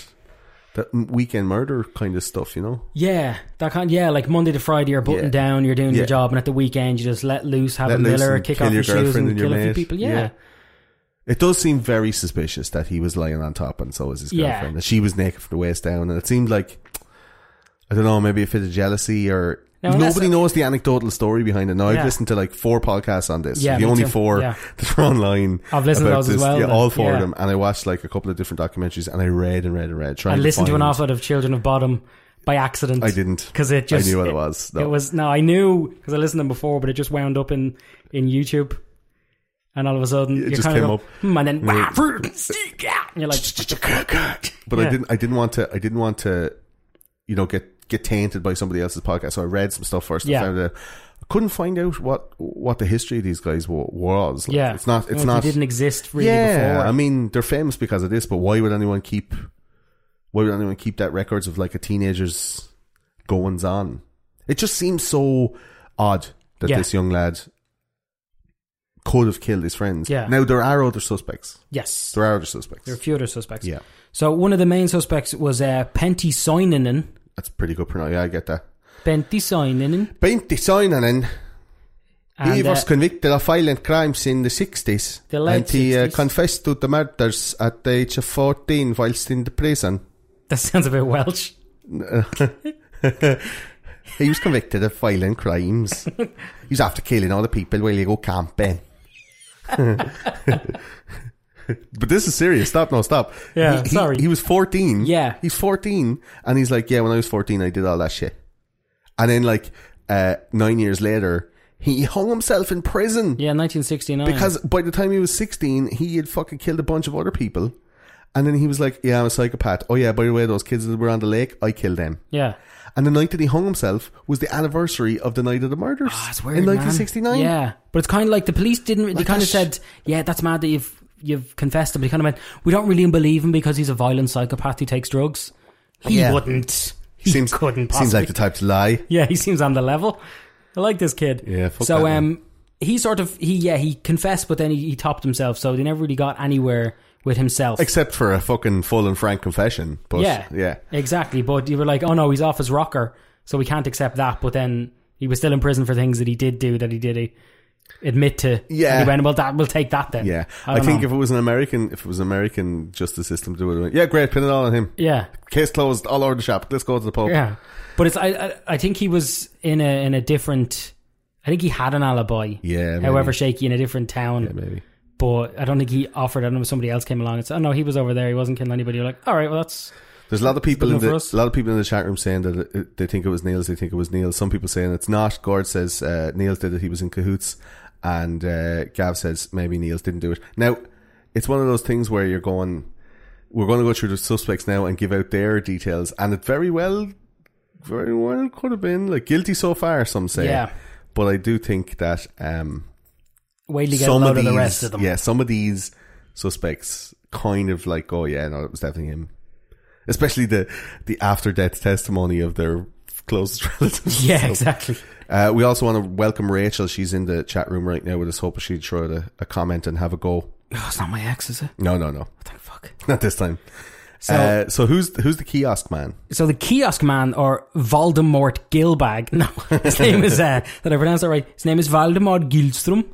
[SPEAKER 2] that m- weekend murder kind of stuff, you know.
[SPEAKER 3] Yeah, that kind. Yeah, like Monday to Friday, you're buttoned
[SPEAKER 2] Yeah.
[SPEAKER 3] down, you're doing
[SPEAKER 2] Yeah.
[SPEAKER 3] your job, and at the weekend, you just let loose, have
[SPEAKER 2] Let
[SPEAKER 3] a
[SPEAKER 2] loose
[SPEAKER 3] miller,
[SPEAKER 2] and
[SPEAKER 3] kick
[SPEAKER 2] kill
[SPEAKER 3] off
[SPEAKER 2] your
[SPEAKER 3] your, shoes,
[SPEAKER 2] girlfriend
[SPEAKER 3] and,
[SPEAKER 2] and your
[SPEAKER 3] kill a few
[SPEAKER 2] mate.
[SPEAKER 3] people. Yeah.
[SPEAKER 2] Yeah. It does seem very suspicious that he was lying on top and so was his
[SPEAKER 3] Yeah.
[SPEAKER 2] girlfriend. And she was naked from the waist down and it seemed like I don't know, maybe a fit of jealousy or
[SPEAKER 3] Now, unless-
[SPEAKER 2] Nobody knows the anecdotal story behind it. Now
[SPEAKER 3] Yeah.
[SPEAKER 2] I've listened to like four podcasts on this.
[SPEAKER 3] Yeah,
[SPEAKER 2] the
[SPEAKER 3] me
[SPEAKER 2] only
[SPEAKER 3] too.
[SPEAKER 2] four
[SPEAKER 3] Yeah.
[SPEAKER 2] <laughs> that are online.
[SPEAKER 3] I've listened to
[SPEAKER 2] about
[SPEAKER 3] those as well,
[SPEAKER 2] Yeah,
[SPEAKER 3] then.
[SPEAKER 2] all four
[SPEAKER 3] Yeah.
[SPEAKER 2] of them. And I watched like a couple of different documentaries and I read and read and read. Trying
[SPEAKER 3] I listened to an
[SPEAKER 2] find-
[SPEAKER 3] offload of Children of Bottom by accident. <laughs>
[SPEAKER 2] I didn't.
[SPEAKER 3] because it just
[SPEAKER 2] I knew what it, was. No.
[SPEAKER 3] It was no, I knew because I listened to them before, but it just wound up in in YouTube, and all of a sudden
[SPEAKER 2] It
[SPEAKER 3] you're
[SPEAKER 2] just
[SPEAKER 3] kind
[SPEAKER 2] came
[SPEAKER 3] of
[SPEAKER 2] up.
[SPEAKER 3] go, "Hmm," and then "Wah, fruit, stick out," and you're like,
[SPEAKER 2] but I
[SPEAKER 3] Yeah.
[SPEAKER 2] didn't I didn't want to I didn't want to you know get get tainted by somebody else's podcast so I read some stuff first
[SPEAKER 3] Yeah.
[SPEAKER 2] and found out I couldn't find out what what the history of these guys wa- was Like,
[SPEAKER 3] "Yeah,
[SPEAKER 2] it's not it's
[SPEAKER 3] Like,
[SPEAKER 2] not
[SPEAKER 3] It didn't exist really
[SPEAKER 2] yeah
[SPEAKER 3] before."
[SPEAKER 2] I mean they're famous because of this but why would anyone keep why would anyone keep that records of like a teenager's goings on it just seems so odd that
[SPEAKER 3] Yeah.
[SPEAKER 2] this young lad could have killed his friends
[SPEAKER 3] Yeah.
[SPEAKER 2] now there are other suspects
[SPEAKER 3] yes,
[SPEAKER 2] there are other suspects
[SPEAKER 3] there are a few other suspects.
[SPEAKER 2] yeah
[SPEAKER 3] So one of the main suspects was uh, Pentti Soininen.
[SPEAKER 2] that's pretty good pronoun yeah I get that
[SPEAKER 3] Pentti Soininen.
[SPEAKER 2] Pentti Soinanen,
[SPEAKER 3] And,
[SPEAKER 2] he was
[SPEAKER 3] uh,
[SPEAKER 2] convicted of violent crimes in the 60s.
[SPEAKER 3] The late
[SPEAKER 2] and he Uh,
[SPEAKER 3] 60s.
[SPEAKER 2] confessed to the murders at the age of 14 whilst in the prison.
[SPEAKER 3] <laughs> that sounds a bit Welsh.
[SPEAKER 2] He was convicted of
[SPEAKER 3] <laughs>
[SPEAKER 2] violent crimes. he was after killing all the people while you go camping. <laughs> but this is serious. Stop, no, stop.
[SPEAKER 3] Yeah,
[SPEAKER 2] He- he-
[SPEAKER 3] sorry.
[SPEAKER 2] He was 14.
[SPEAKER 3] Yeah.
[SPEAKER 2] He's 14. And he's like, yeah, when I was 14, I did all that shit. And then, like, uh, nine years later, he hung himself in prison.
[SPEAKER 3] Yeah, 1969.
[SPEAKER 2] Because by the time he was 16, he had fucking killed a bunch of other people. And then he was like, yeah, I'm a psychopath. Oh, yeah, by the way, those kids that were on the lake, I killed them.
[SPEAKER 3] yeah,
[SPEAKER 2] And the night that he hung himself was the anniversary of the night of the murders
[SPEAKER 3] Ah, it's weird,
[SPEAKER 2] in
[SPEAKER 3] man.
[SPEAKER 2] 1969.
[SPEAKER 3] Yeah, but it's kind of like the police didn't. They
[SPEAKER 2] Like
[SPEAKER 3] kind of
[SPEAKER 2] that's-
[SPEAKER 3] said, "Yeah, that's mad that you've you've confessed him." But he kind of went, "We don't really believe him because he's a violent psychopath. He takes drugs. He
[SPEAKER 2] Yeah.
[SPEAKER 3] wouldn't. He
[SPEAKER 2] Seems,
[SPEAKER 3] couldn't possibly.
[SPEAKER 2] seems like the type to lie.
[SPEAKER 3] yeah, he seems on the level. I like this kid.
[SPEAKER 2] Yeah, fuck
[SPEAKER 3] so
[SPEAKER 2] that man.
[SPEAKER 3] um, he sort of he yeah he confessed, but then he, he topped himself, so they never really got anywhere with himself.
[SPEAKER 2] Except for a fucking full and frank confession. But
[SPEAKER 3] yeah,
[SPEAKER 2] yeah.
[SPEAKER 3] exactly. But you were like, "Oh no, he's off his rocker," so we can't accept that. But then he was still in prison for things that he did do that he did. He, Admit to
[SPEAKER 2] Yeah.
[SPEAKER 3] And he went, well, that we'll take that then.
[SPEAKER 2] Yeah.
[SPEAKER 3] I,
[SPEAKER 2] I,
[SPEAKER 3] don't
[SPEAKER 2] think
[SPEAKER 3] know.
[SPEAKER 2] if it was an American, if it was an American justice system, they would have went, yeah, great, pin it all on him.
[SPEAKER 3] Yeah,
[SPEAKER 2] Case closed, all over the shop. Let's go to the pub.
[SPEAKER 3] yeah. But it's I, I I think he was in a in a different. I think he had an alibi.
[SPEAKER 2] Yeah, maybe.
[SPEAKER 3] However shaky in a different town.
[SPEAKER 2] Maybe.
[SPEAKER 3] but I don't think he offered. I don't know if somebody else came along and said, "Oh no, he was over there. He wasn't killing anybody." You're like, "All right, well, that's
[SPEAKER 2] There's a lot of people in
[SPEAKER 3] enough
[SPEAKER 2] the
[SPEAKER 3] for us.
[SPEAKER 2] a lot of people in the chat room saying that it- it, they think it was Niels. They think it was Neil. Some people saying it's not. Gord says uh, Niels did it. He was in cahoots, and uh, Gav says maybe Niels didn't do it. Now it's one of those things where you're going. We're going to go through the suspects now and give out their details, and it very well, very well could have been like guilty so far. Some say,
[SPEAKER 3] Yeah.
[SPEAKER 2] But I do think that um,
[SPEAKER 3] way to get a
[SPEAKER 2] some
[SPEAKER 3] load
[SPEAKER 2] of
[SPEAKER 3] of
[SPEAKER 2] these,
[SPEAKER 3] the rest of them."
[SPEAKER 2] yeah, some of these suspects kind of like, oh yeah, no, it was definitely him. Especially the the after death testimony of their closest <laughs> relatives.
[SPEAKER 3] <laughs> Yeah,
[SPEAKER 2] So,
[SPEAKER 3] exactly.
[SPEAKER 2] Uh, we also want to welcome Rachel. She's in the chat room right now with us. Hoping she'd throw out a, a comment and have a go.
[SPEAKER 3] Oh, it's not my ex, is it?
[SPEAKER 2] No, no, <laughs> no,
[SPEAKER 3] What the fuck?
[SPEAKER 2] not this time.
[SPEAKER 3] So,
[SPEAKER 2] uh, so who's who's the kiosk man?
[SPEAKER 3] so the kiosk man or Voldemort Gilbag. <laughs> No, his name is uh, did I pronounce that right? His name is Voldemort Gilstrom.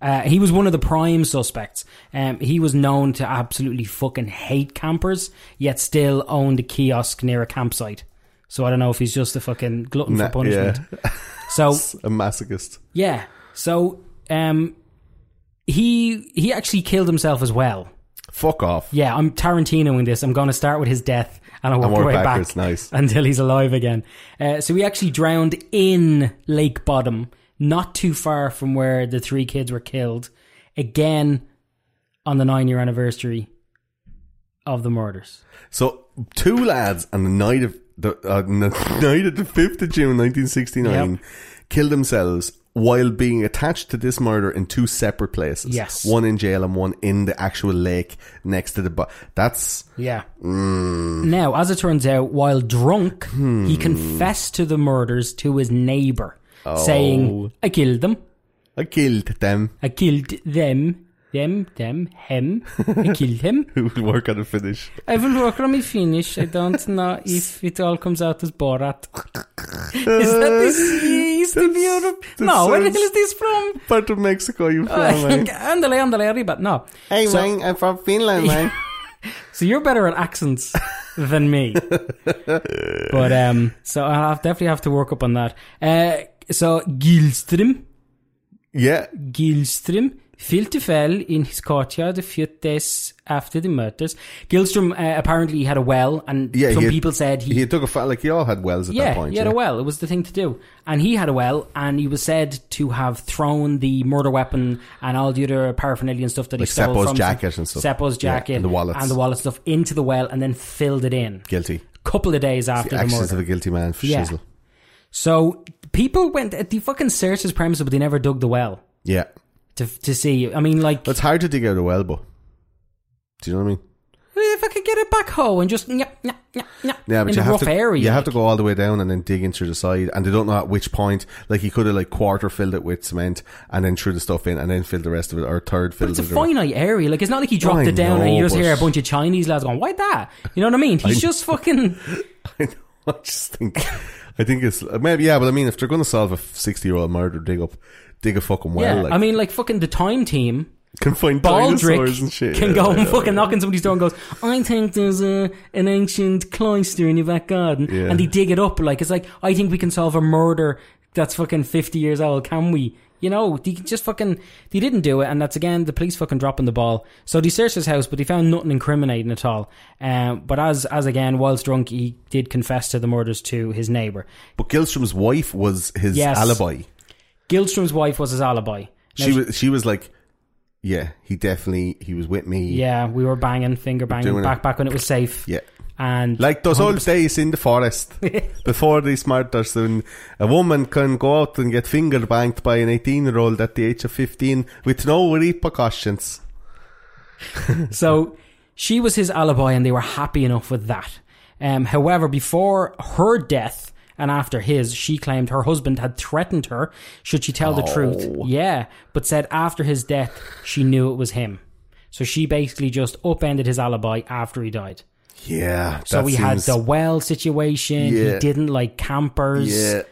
[SPEAKER 3] Uh, he was one of the prime suspects. Um, he was known to absolutely fucking hate campers, yet still owned a kiosk near a campsite. So I don't know if he's just a fucking glutton
[SPEAKER 2] Nah,
[SPEAKER 3] for punishment. So
[SPEAKER 2] a masochist.
[SPEAKER 3] yeah, so um, he he actually killed himself as well.
[SPEAKER 2] Fuck off.
[SPEAKER 3] Yeah, I'm Tarantinoing this. I'm going to start with his death and I'll work
[SPEAKER 2] work
[SPEAKER 3] the way
[SPEAKER 2] backwards,
[SPEAKER 3] back
[SPEAKER 2] nice.
[SPEAKER 3] until he's alive again. Uh, so he actually drowned in Lake Bottom, not too far from where the three kids were killed, again on the nine year anniversary of the murders.
[SPEAKER 2] So two lads on the night of the uh, n- <laughs> night of the fifth of June, nineteen sixty nine,
[SPEAKER 3] Yep.
[SPEAKER 2] killed themselves while being attached to this murder in two separate places.
[SPEAKER 3] Yes.
[SPEAKER 2] one in jail and one in the actual lake next to the. Bu- That's
[SPEAKER 3] Yeah. Now, as it turns out, while drunk, he confessed to the murders to his neighbor, saying, I killed them.
[SPEAKER 2] I killed them. <laughs>
[SPEAKER 3] I killed them. Them, them, him. I killed him.
[SPEAKER 2] Who will work on a finish?
[SPEAKER 3] I will work on my Finnish. I don't know if it all comes out as Borat. is that this East of Europe?
[SPEAKER 2] that
[SPEAKER 3] No, where the
[SPEAKER 2] sounds-
[SPEAKER 3] hell is this from?
[SPEAKER 2] Part of Mexico,
[SPEAKER 3] Oh.
[SPEAKER 2] you from?
[SPEAKER 3] <laughs>
[SPEAKER 2] eh?
[SPEAKER 3] Andale, andale, arriba. No.
[SPEAKER 2] Hey,
[SPEAKER 3] So-
[SPEAKER 2] man, I'm from Finland, man.
[SPEAKER 3] So you're better at accents than me. but um, so I'll have, definitely have to work up on that. Uh, so Gilström,
[SPEAKER 2] <laughs> yeah,
[SPEAKER 3] Gilström fell to fell in his courtyard a few days after the murders. Gilström uh, apparently had a well, and
[SPEAKER 2] yeah.
[SPEAKER 3] some
[SPEAKER 2] he had-
[SPEAKER 3] people said he
[SPEAKER 2] he took a fat like you all had wells at
[SPEAKER 3] yeah,
[SPEAKER 2] that point.
[SPEAKER 3] he had a well. It was the thing to do. And he had a well, and he was said to have thrown the murder weapon and all the other paraphernalia and stuff that
[SPEAKER 2] Like
[SPEAKER 3] he stole
[SPEAKER 2] Seppo's
[SPEAKER 3] from
[SPEAKER 2] jacket and stuff.
[SPEAKER 3] Seppo's
[SPEAKER 2] Yeah,
[SPEAKER 3] jacket
[SPEAKER 2] and the wallets.
[SPEAKER 3] and the wallet stuff into the well, and then filled it in.
[SPEAKER 2] Guilty.
[SPEAKER 3] A couple of days after the,
[SPEAKER 2] Actions
[SPEAKER 3] murder.
[SPEAKER 2] of a guilty man for
[SPEAKER 3] Yeah.
[SPEAKER 2] shizzle.
[SPEAKER 3] so people went they fucking searched his premises, but they never dug the well
[SPEAKER 2] Yeah.
[SPEAKER 3] to to see. I mean, like
[SPEAKER 2] It's hard to dig out a well, but. Do you know what I mean?
[SPEAKER 3] if I could get a backhoe and just nyah, nyah, nyah, nyah,
[SPEAKER 2] Yeah, but
[SPEAKER 3] in
[SPEAKER 2] you
[SPEAKER 3] the
[SPEAKER 2] have
[SPEAKER 3] rough
[SPEAKER 2] to
[SPEAKER 3] area,
[SPEAKER 2] you have to go all the way down and then dig in through the side, and they don't know at which point. Like he could have like quarter filled it with cement and then threw the stuff in, and then filled the rest of it, or third filled
[SPEAKER 3] It's a
[SPEAKER 2] it. with the-
[SPEAKER 3] finite area. Like it's not like he dropped
[SPEAKER 2] I
[SPEAKER 3] it down and
[SPEAKER 2] know,
[SPEAKER 3] you just
[SPEAKER 2] but-
[SPEAKER 3] hear a bunch of Chinese lads going, "Why that?" You know what I mean? He's just fucking.
[SPEAKER 2] I, know, <laughs> I just think, I think it's uh, maybe yeah, but I mean, if they're going to solve a sixty-year-old murder, dig up, dig a fucking well.
[SPEAKER 3] yeah,
[SPEAKER 2] like,
[SPEAKER 3] I mean, like fucking the time team.
[SPEAKER 2] can find dinosaurs and shit.
[SPEAKER 3] Baldric can
[SPEAKER 2] Yeah,
[SPEAKER 3] go
[SPEAKER 2] I
[SPEAKER 3] and
[SPEAKER 2] know.
[SPEAKER 3] fucking knock on somebody's door and goes, I think there's a, an ancient cloister in your back garden.
[SPEAKER 2] Yeah.
[SPEAKER 3] And they dig it up. Like, it's like, I think we can solve a murder that's fucking 50 years old. Can we? You know, they can just fucking, they didn't do it. And that's again, the police fucking dropping the ball. So they searched his house, but they found nothing incriminating at all. Um, but as, as again, whilst drunk, he did confess to the murders to his neighbour.
[SPEAKER 2] <laughs> But Gilstrom's wife was his
[SPEAKER 3] Yes.
[SPEAKER 2] alibi.
[SPEAKER 3] Gilstrom's wife was his alibi. Now,
[SPEAKER 2] She was. She was like, yeah, he definitely he was with me.
[SPEAKER 3] yeah, we were banging, finger banging,
[SPEAKER 2] doing it.
[SPEAKER 3] back, back when it was safe.
[SPEAKER 2] Yeah.
[SPEAKER 3] And
[SPEAKER 2] Like those old days in the <laughs> forest, before these murders, when a woman can go out and get finger banged by an 18 year old at the age of 15 with no repercussions.
[SPEAKER 3] So she was his alibi, and they were happy enough with that. Um, however, before her death and after his, she claimed her husband had threatened her should she tell the truth. Yeah, but said after his death, she knew it was him. So she basically just upended his alibi after he died.
[SPEAKER 2] Yeah.
[SPEAKER 3] So
[SPEAKER 2] that
[SPEAKER 3] we had
[SPEAKER 2] seems-
[SPEAKER 3] the well situation. He
[SPEAKER 2] Yeah.
[SPEAKER 3] didn't like campers.
[SPEAKER 2] Yeah.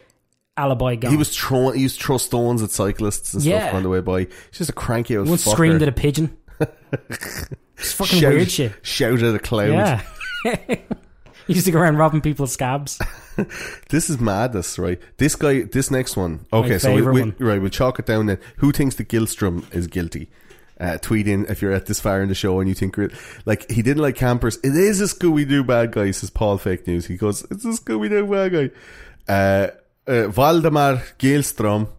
[SPEAKER 3] Alibi gone.
[SPEAKER 2] He was throwing, he used throw stones at cyclists and
[SPEAKER 3] Yeah.
[SPEAKER 2] stuff on the way by. He's just a cranky old
[SPEAKER 3] once
[SPEAKER 2] fucker.
[SPEAKER 3] screamed at a pigeon.
[SPEAKER 2] <laughs>
[SPEAKER 3] it's fucking
[SPEAKER 2] Shout-
[SPEAKER 3] weird shit.
[SPEAKER 2] Shout at a cloud.
[SPEAKER 3] Yeah. <laughs> he used to go around robbing people's scabs.
[SPEAKER 2] This is madness, right? This guy, this next one. Okay, so we,
[SPEAKER 3] favourite
[SPEAKER 2] we,
[SPEAKER 3] one.
[SPEAKER 2] right, we'll chalk it down then. Who thinks that Gilstrom is guilty? Uh, tweet in if you're at this far in the show and you think re- like he didn't like campers. It is a Scooby Doo bad guy. Says Paul. Fake news. He goes, it's a Scooby Doo bad guy. Uh, uh, Valdemar Gilstrom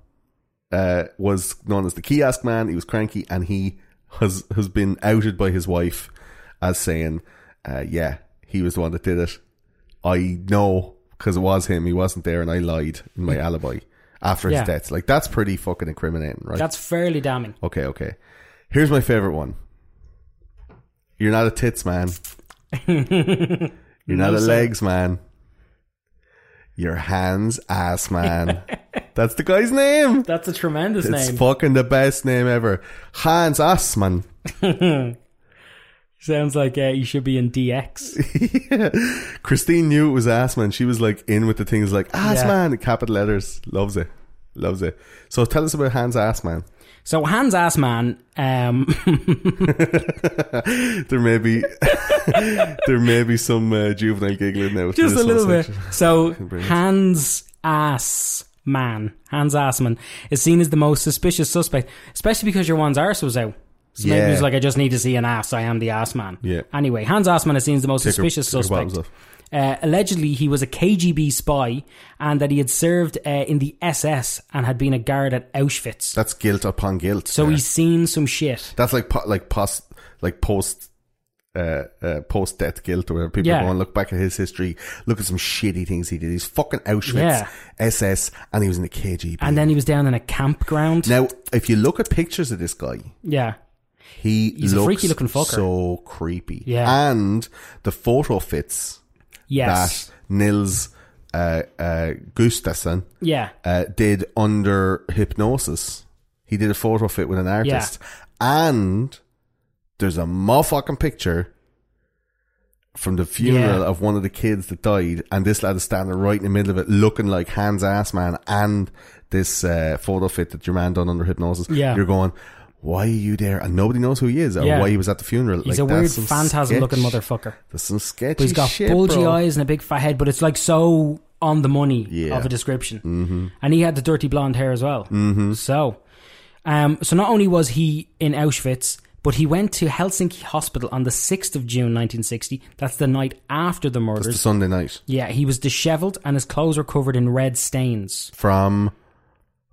[SPEAKER 2] uh, was known as the kiosk man. He was cranky, and he has has been outed by his wife as saying, uh, "Yeah, he was the one that did it." I know because it was him. He wasn't there, and I lied in my alibi after
[SPEAKER 3] Yeah.
[SPEAKER 2] his death. Like that's pretty fucking incriminating, right?
[SPEAKER 3] That's fairly damning.
[SPEAKER 2] okay, okay. Here's my favorite one. You're not a tits man. You're not a legs man. Your hands
[SPEAKER 3] <laughs>
[SPEAKER 2] ass man. that's the guy's name.
[SPEAKER 3] That's a tremendous
[SPEAKER 2] It's
[SPEAKER 3] name.
[SPEAKER 2] fucking the best name ever. Hans Assman.
[SPEAKER 3] Sounds like uh, you should be in DX.
[SPEAKER 2] Christine knew it was Assman. She was like in with the things like Assman, capital letters. Loves it. Loves it. So tell us about Hans Assman.
[SPEAKER 3] So Hans Assman, um, <laughs>
[SPEAKER 2] There may be <laughs> there may be some uh, juvenile giggling now. to
[SPEAKER 3] just
[SPEAKER 2] this
[SPEAKER 3] a little
[SPEAKER 2] whole
[SPEAKER 3] bit.
[SPEAKER 2] section. <laughs>
[SPEAKER 3] So Hans Ass Man, Hans Assman is seen as the most suspicious suspect, especially because your one's arse was out. So maybe
[SPEAKER 2] Yeah.
[SPEAKER 3] he's like, I just need to see an ass. I am the ass man.
[SPEAKER 2] Yeah.
[SPEAKER 3] Anyway, Hans Assman is seen as the most
[SPEAKER 2] Take her-
[SPEAKER 3] suspicious
[SPEAKER 2] take her
[SPEAKER 3] suspect.
[SPEAKER 2] bottoms off.
[SPEAKER 3] Uh, allegedly, he was a KGB spy and that he had served uh, in the SS and had been a guard at Auschwitz.
[SPEAKER 2] That's guilt upon guilt.
[SPEAKER 3] so
[SPEAKER 2] there.
[SPEAKER 3] he's seen some shit.
[SPEAKER 2] that's like po- like post like post uh, uh, post death guilt or whatever. People
[SPEAKER 3] Yeah.
[SPEAKER 2] go and look back at his history, look at some shitty things he did. He's fucking Auschwitz,
[SPEAKER 3] Yeah.
[SPEAKER 2] SS, and he was in the KGB.
[SPEAKER 3] And then he was down in a campground.
[SPEAKER 2] now, if you look at pictures of this guy,
[SPEAKER 3] Yeah.
[SPEAKER 2] he
[SPEAKER 3] He's a
[SPEAKER 2] looks
[SPEAKER 3] freaky looking fucker.
[SPEAKER 2] so creepy.
[SPEAKER 3] Yeah.
[SPEAKER 2] and the photo fits
[SPEAKER 3] Yes.
[SPEAKER 2] that Nils uh, uh, Gustafsson
[SPEAKER 3] yeah.
[SPEAKER 2] uh, did under hypnosis. He did a photo fit with an artist, and there's a motherfucking picture from the funeral
[SPEAKER 3] Yeah.
[SPEAKER 2] of one of the kids that died, and this lad is standing right in the middle of it, looking like Hans Ass Man, and this uh, photo fit that your man done under hypnosis.
[SPEAKER 3] Yeah.
[SPEAKER 2] you're going. Why are you there? And nobody knows who he is or
[SPEAKER 3] Yeah.
[SPEAKER 2] why he was at the funeral.
[SPEAKER 3] He's
[SPEAKER 2] Like,
[SPEAKER 3] a
[SPEAKER 2] that's
[SPEAKER 3] weird
[SPEAKER 2] some
[SPEAKER 3] phantasm-looking
[SPEAKER 2] sketch-
[SPEAKER 3] motherfucker.
[SPEAKER 2] That's some sketchy
[SPEAKER 3] But he's got
[SPEAKER 2] shit,
[SPEAKER 3] bulgy
[SPEAKER 2] bro.
[SPEAKER 3] eyes and a big fat head, but it's like so on the money
[SPEAKER 2] Yeah.
[SPEAKER 3] of a description. Mm-hmm. And he had the dirty blonde hair as well. Mm-hmm. So, um, so not only was he in Auschwitz, but he went to Helsinki Hospital on the sixth of June, nineteen sixty. That's the night after the
[SPEAKER 2] It's the
[SPEAKER 3] murders.
[SPEAKER 2] Sunday night
[SPEAKER 3] yeah, he was dishevelled and his clothes were covered in red stains,
[SPEAKER 2] from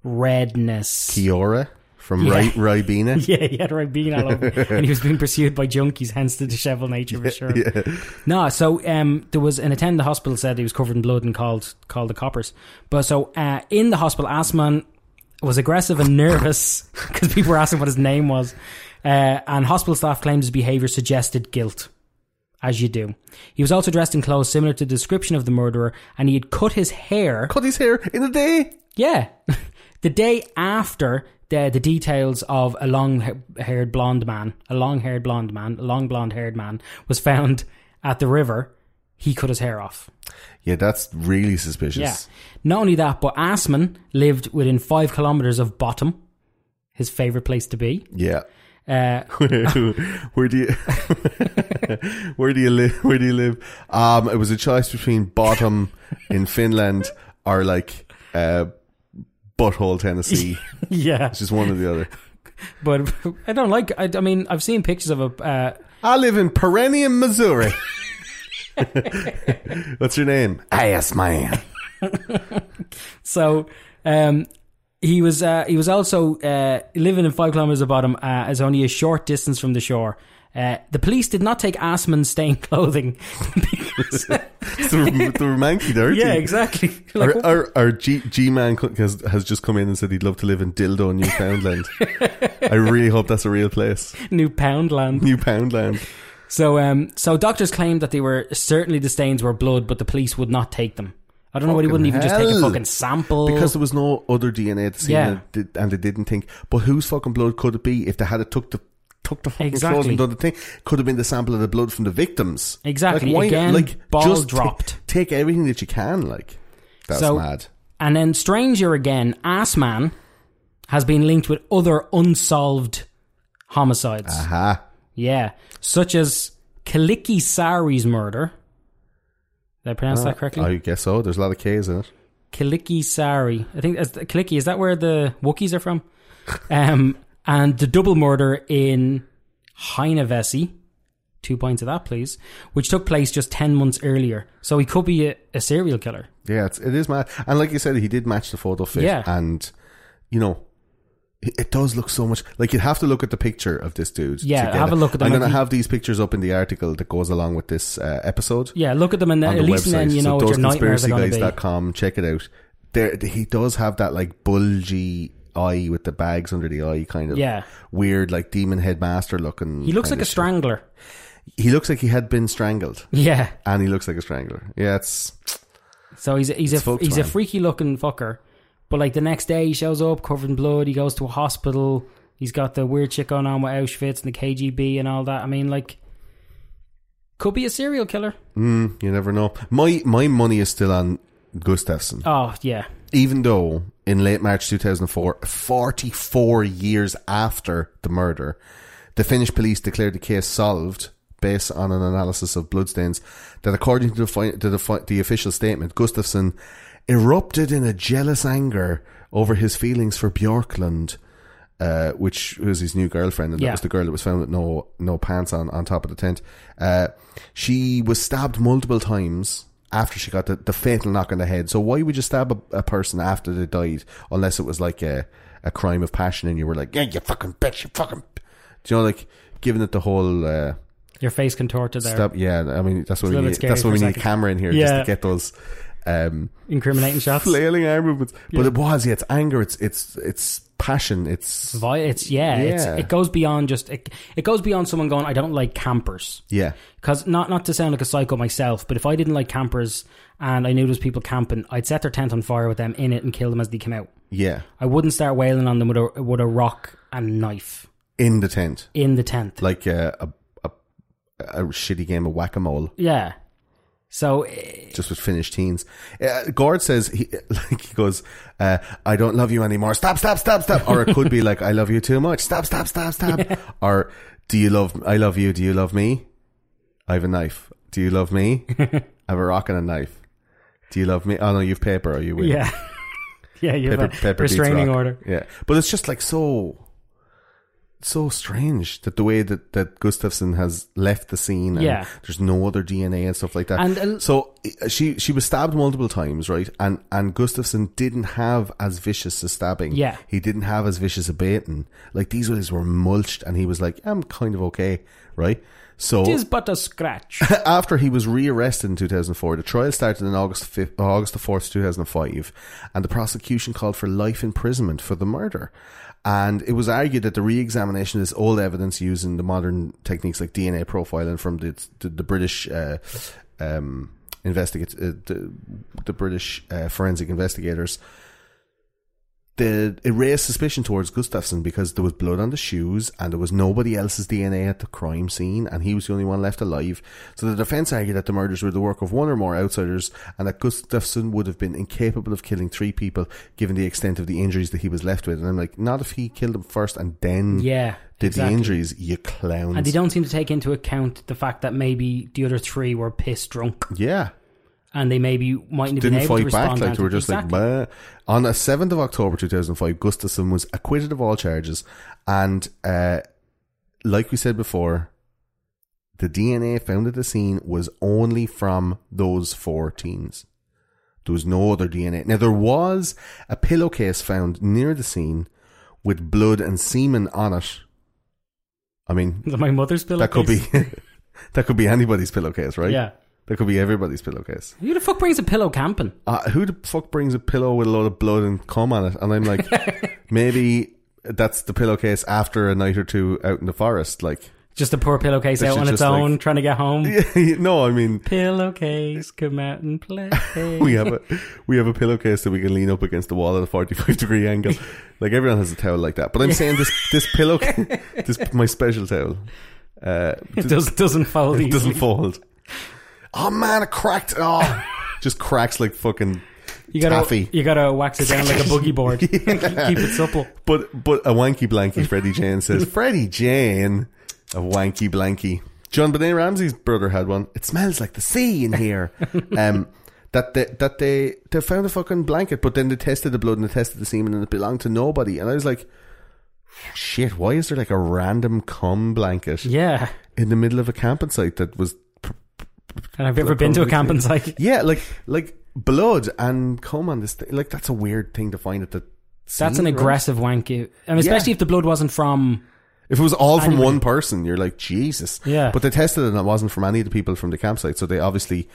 [SPEAKER 3] redness.
[SPEAKER 2] Kiora from
[SPEAKER 3] Yeah.
[SPEAKER 2] Ry- Ribena.
[SPEAKER 3] <laughs> Yeah, he had Ribena all over, him, and he was being pursued by junkies. Hence the dishevelled nature of his shirt. No, so um, there was an attendant in the hospital said he was covered in blood and called called the coppers. But so uh, in the hospital, Asman was aggressive and nervous <laughs> because people were asking what his name was, uh, and hospital staff claimed his behaviour suggested guilt. As you do. He was also dressed in clothes similar to the description of the murderer, and he had cut his hair.
[SPEAKER 2] cut his hair in a day.
[SPEAKER 3] Yeah. <laughs> the day after the the details of a long haired blonde man, a long haired blonde man, a long blonde haired man was found at the river, he cut his hair off.
[SPEAKER 2] Yeah, that's really suspicious.
[SPEAKER 3] Yeah. Not only that, but Assman lived within five kilometers of Bottom, his favorite place to be.
[SPEAKER 2] Yeah. <laughs>
[SPEAKER 3] Uh,
[SPEAKER 2] where do you <laughs> where do you live? Where do you live? Um, it was a choice between bottom in Finland or like uh, butthole Tennessee.
[SPEAKER 3] yeah,
[SPEAKER 2] It's just one or the other.
[SPEAKER 3] but <laughs> I don't like. I, I mean, I've seen pictures of a. Uh,
[SPEAKER 2] I live in Perennium, Missouri. <laughs> What's your name? Ass man.
[SPEAKER 3] So um, he was uh, he was also uh, living in five kilometers of bottom, uh, is only a short distance from the shore. Uh, the police did not take Assman's stained <laughs> clothing.
[SPEAKER 2] <laughs>
[SPEAKER 3] because-
[SPEAKER 2] It's the, the manky dirty.
[SPEAKER 3] yeah, exactly. <laughs> Like,
[SPEAKER 2] Our, our, our G, G-Man co- has, has just come in and said he'd love to live in Dildo,
[SPEAKER 3] <laughs>
[SPEAKER 2] Newfoundland. I really hope that's a real place.
[SPEAKER 3] New Poundland.
[SPEAKER 2] Newfoundland.
[SPEAKER 3] So um, so doctors claimed that they were certainly the stains were blood, but the police would not take them. I don't know why they wouldn't even just take a
[SPEAKER 2] hell.
[SPEAKER 3] fucking sample.
[SPEAKER 2] Because there was no other DNA at the scene
[SPEAKER 3] Oh. Yeah.
[SPEAKER 2] and, did- and they didn't think, but whose fucking blood could it be if they had it took the took
[SPEAKER 3] <laughs>
[SPEAKER 2] the fucking
[SPEAKER 3] Exactly.
[SPEAKER 2] clothes and done the thing? Could have been the sample of the blood from the victims.
[SPEAKER 3] Exactly. Again, ball dropped.
[SPEAKER 2] ta- take everything that you can, like. That's
[SPEAKER 3] So-
[SPEAKER 2] mad.
[SPEAKER 3] And then stranger again, Assman has been linked with other unsolved homicides.
[SPEAKER 2] Aha.
[SPEAKER 3] Yeah, such as Kaliki Sari's murder. Did I pronounce that correctly?
[SPEAKER 2] Uh, I guess so. There's a lot of K's in it.
[SPEAKER 3] Kaliki Sari. I think that's Kaliki. Is that where the Wookiees are from? <laughs> Um, and the double murder in Heinevesi. Two points of that, please. Which took place just 10 months earlier. So he could be a, a serial killer.
[SPEAKER 2] Yeah, it's, it is mad. And like you said, he did match the photo fit.
[SPEAKER 3] Yeah.
[SPEAKER 2] And, you know, it, it does look so much. Like, you'd have to look at the picture of this dude. to
[SPEAKER 3] Yeah,
[SPEAKER 2] get
[SPEAKER 3] have
[SPEAKER 2] it.
[SPEAKER 3] a look at them.
[SPEAKER 2] I'm going to
[SPEAKER 3] Like, he-
[SPEAKER 2] have these pictures up in the article that goes along with this uh, episode
[SPEAKER 3] Yeah, look at them and then,
[SPEAKER 2] on
[SPEAKER 3] at
[SPEAKER 2] the
[SPEAKER 3] least
[SPEAKER 2] website.
[SPEAKER 3] then you know
[SPEAKER 2] so
[SPEAKER 3] what your nightmares are going to be.
[SPEAKER 2] doseconspiracyguys.com, check it out. There, he does have that, like, bulgy eye with the bags under the eye kind of
[SPEAKER 3] Yeah.
[SPEAKER 2] weird, like, demon headmaster looking.
[SPEAKER 3] He looks
[SPEAKER 2] kind
[SPEAKER 3] like a
[SPEAKER 2] of shit.
[SPEAKER 3] strangler. <laughs>
[SPEAKER 2] He looks like he had been strangled.
[SPEAKER 3] Yeah.
[SPEAKER 2] And he looks like a strangler. Yeah, it's.
[SPEAKER 3] So he's he's
[SPEAKER 2] It's
[SPEAKER 3] a he's a
[SPEAKER 2] Volkswagen.
[SPEAKER 3] freaky looking fucker. But like the next day, he shows up covered in blood. He goes to a hospital. He's got the weird shit going on with Auschwitz and the KGB and all that. I mean, like, could be a serial killer.
[SPEAKER 2] You never know. My my money is still on Gustafsson.
[SPEAKER 3] Oh yeah,
[SPEAKER 2] Even though in late March 2004, 44 years after the murder, the Finnish police declared the case solved based on an analysis of bloodstains that according to the fi- to the, fi- the official statement, Gustafsson erupted in a jealous anger over his feelings for Bjorklund. Uh, which was his new girlfriend, and that
[SPEAKER 3] Yeah.
[SPEAKER 2] was the girl that was found with no no pants on on top of the tent. Uh, she was stabbed multiple times after she got the, the fatal knock on the head. So why would you stab a, a person after they died unless it was like a a crime of passion and you were like, yeah, you fucking bitch, you fucking, b-" do you know, like giving it the whole uh,
[SPEAKER 3] your face contorted there,
[SPEAKER 2] stab. Yeah, I mean that's what
[SPEAKER 3] a
[SPEAKER 2] we
[SPEAKER 3] little bit
[SPEAKER 2] need.
[SPEAKER 3] scary
[SPEAKER 2] That's what
[SPEAKER 3] for
[SPEAKER 2] we
[SPEAKER 3] a
[SPEAKER 2] need a
[SPEAKER 3] second.
[SPEAKER 2] camera in here just
[SPEAKER 3] Yeah.
[SPEAKER 2] to get those. Um,
[SPEAKER 3] incriminating
[SPEAKER 2] <laughs>
[SPEAKER 3] shots.
[SPEAKER 2] flailing eye movements, but it was yeah, it's anger, it's it's it's passion, it's
[SPEAKER 3] Vi- It's yeah, It's,
[SPEAKER 2] Yeah.
[SPEAKER 3] it goes beyond just it, it goes beyond someone going, I don't like campers.
[SPEAKER 2] yeah,
[SPEAKER 3] Because not not to sound like a psycho myself, but if I didn't like campers and I knew there was people camping, I'd set their tent on fire with them in it and kill them as they came out.
[SPEAKER 2] yeah,
[SPEAKER 3] I wouldn't start wailing on them with a with a rock and knife
[SPEAKER 2] in the tent.
[SPEAKER 3] in the tent.
[SPEAKER 2] like uh, a a, a, a shitty game of whack a mole,
[SPEAKER 3] yeah. So eh,
[SPEAKER 2] just with Finnish teens. Uh, Gord says he <laughs> like he goes, uh, "I don't love you anymore." Stop, stop, stop, stop. Or it could be like, "I love you too much." Stop, stop, stop, stop. Or do you love? I love you. Do you love me? I have a knife. Do you love me? I have a rock and a knife. Do you love me? Oh no, you've paper. Are you? Win.
[SPEAKER 3] yeah, <laughs> yeah, you have
[SPEAKER 2] Pepper,
[SPEAKER 3] a
[SPEAKER 2] Pepper beats
[SPEAKER 3] restraining
[SPEAKER 2] rock.
[SPEAKER 3] order.
[SPEAKER 2] Yeah, but it's just like so, so strange that the way that that Gustafsson has left the scene. And
[SPEAKER 3] Yeah.
[SPEAKER 2] there's no other DNA and stuff like that.
[SPEAKER 3] And a-
[SPEAKER 2] so uh, she she was stabbed multiple times, right? And and Gustafsson didn't have as vicious a stabbing.
[SPEAKER 3] Yeah.
[SPEAKER 2] he didn't have as vicious a baiting. Like these ones were mulched, and he was like, "I'm kind of okay," right? So
[SPEAKER 3] It is but a scratch.
[SPEAKER 2] <laughs> after he was rearrested in 2004, the trial started on August 5th, August the 4th, 2005, and the prosecution called for life imprisonment for the murder. And it was argued that the re-examination of this old evidence using the modern techniques like DNA profiling from the the, the British uh, um, investigate uh, the, the British uh, forensic investigators the it raised suspicion towards Gustafsson because there was blood on the shoes and there was nobody else's DNA at the crime scene and he was the only one left alive. So the defense argued that the murders were the work of one or more outsiders and that Gustafsson would have been incapable of killing three people given the extent of the injuries that he was left with. And I'm like, not if he killed them first and then
[SPEAKER 3] yeah,
[SPEAKER 2] Hmm. did
[SPEAKER 3] exactly.
[SPEAKER 2] the injuries, you clowns.
[SPEAKER 3] And they don't seem to take into account the fact that maybe the other three were piss drunk
[SPEAKER 2] yeah.
[SPEAKER 3] and they maybe mightn't have been
[SPEAKER 2] didn't
[SPEAKER 3] able to
[SPEAKER 2] fight
[SPEAKER 3] respond.
[SPEAKER 2] back. Like
[SPEAKER 3] to
[SPEAKER 2] they were
[SPEAKER 3] it.
[SPEAKER 2] just
[SPEAKER 3] Exactly.
[SPEAKER 2] like, Bleh. on the seventh of October two thousand five, Gustafsson was acquitted of all charges, and uh, like we said before, the DNA found at the scene was only from those four teens. There was no other DNA. Now there was a pillowcase found near the scene with blood and semen on it. I mean,
[SPEAKER 3] <laughs> Is that my mother's pillow.
[SPEAKER 2] that could be <laughs> that could be anybody's pillowcase, right?
[SPEAKER 3] Yeah.
[SPEAKER 2] that could be everybody's pillowcase.
[SPEAKER 3] Who the fuck brings a pillow camping?
[SPEAKER 2] Uh, who the fuck brings a pillow with a load of blood and cum on it? And I'm like, maybe that's the pillowcase after a night or two out in the forest. Like, <laughs>
[SPEAKER 3] Just a poor pillowcase
[SPEAKER 2] They
[SPEAKER 3] out
[SPEAKER 2] should
[SPEAKER 3] on its
[SPEAKER 2] just, like-
[SPEAKER 3] own, trying to get home.
[SPEAKER 2] no, I mean,
[SPEAKER 3] Pillowcase, come out and
[SPEAKER 2] <laughs>
[SPEAKER 3] play.
[SPEAKER 2] we have a we have a pillowcase that we can lean up against the wall at a 45 <laughs> degree angle. Like everyone has a towel like that. But I'm saying this this pillow, this my special towel, uh,
[SPEAKER 3] it does, doesn't fold.
[SPEAKER 2] it doesn't
[SPEAKER 3] easily.
[SPEAKER 2] fold. Oh man, it cracked. Oh, just cracks like fucking
[SPEAKER 3] You gotta
[SPEAKER 2] Taffy.
[SPEAKER 3] you gotta wax it down like a boogie
[SPEAKER 2] <laughs>
[SPEAKER 3] board. <laughs> Keep it supple.
[SPEAKER 2] But but a wanky blankie, Freddie Jane says.
[SPEAKER 3] <laughs>
[SPEAKER 2] Freddie Jane, a wanky blankie. John Benet Ramsey's brother had one. It smells like the sea
[SPEAKER 3] <laughs>
[SPEAKER 2] in here. um, that they that they they found a fucking blanket, but then they tested the blood and they tested the semen, and it belonged to nobody. And I was like, shit, why is there like a random cum blanket
[SPEAKER 3] Yeah.
[SPEAKER 2] in the middle of a camping site that was
[SPEAKER 3] And I've ever been to a camping site.
[SPEAKER 2] yeah, like like blood and cum on this thing. Like that's a weird thing to find at the.
[SPEAKER 3] That's
[SPEAKER 2] scene,
[SPEAKER 3] an
[SPEAKER 2] right?
[SPEAKER 3] aggressive wank. And especially if the blood wasn't from.
[SPEAKER 2] If it was all from
[SPEAKER 3] Anyway.
[SPEAKER 2] one person, you're like Jesus.
[SPEAKER 3] Yeah.
[SPEAKER 2] But they tested it and it wasn't from any of the people from the campsite, so they obviously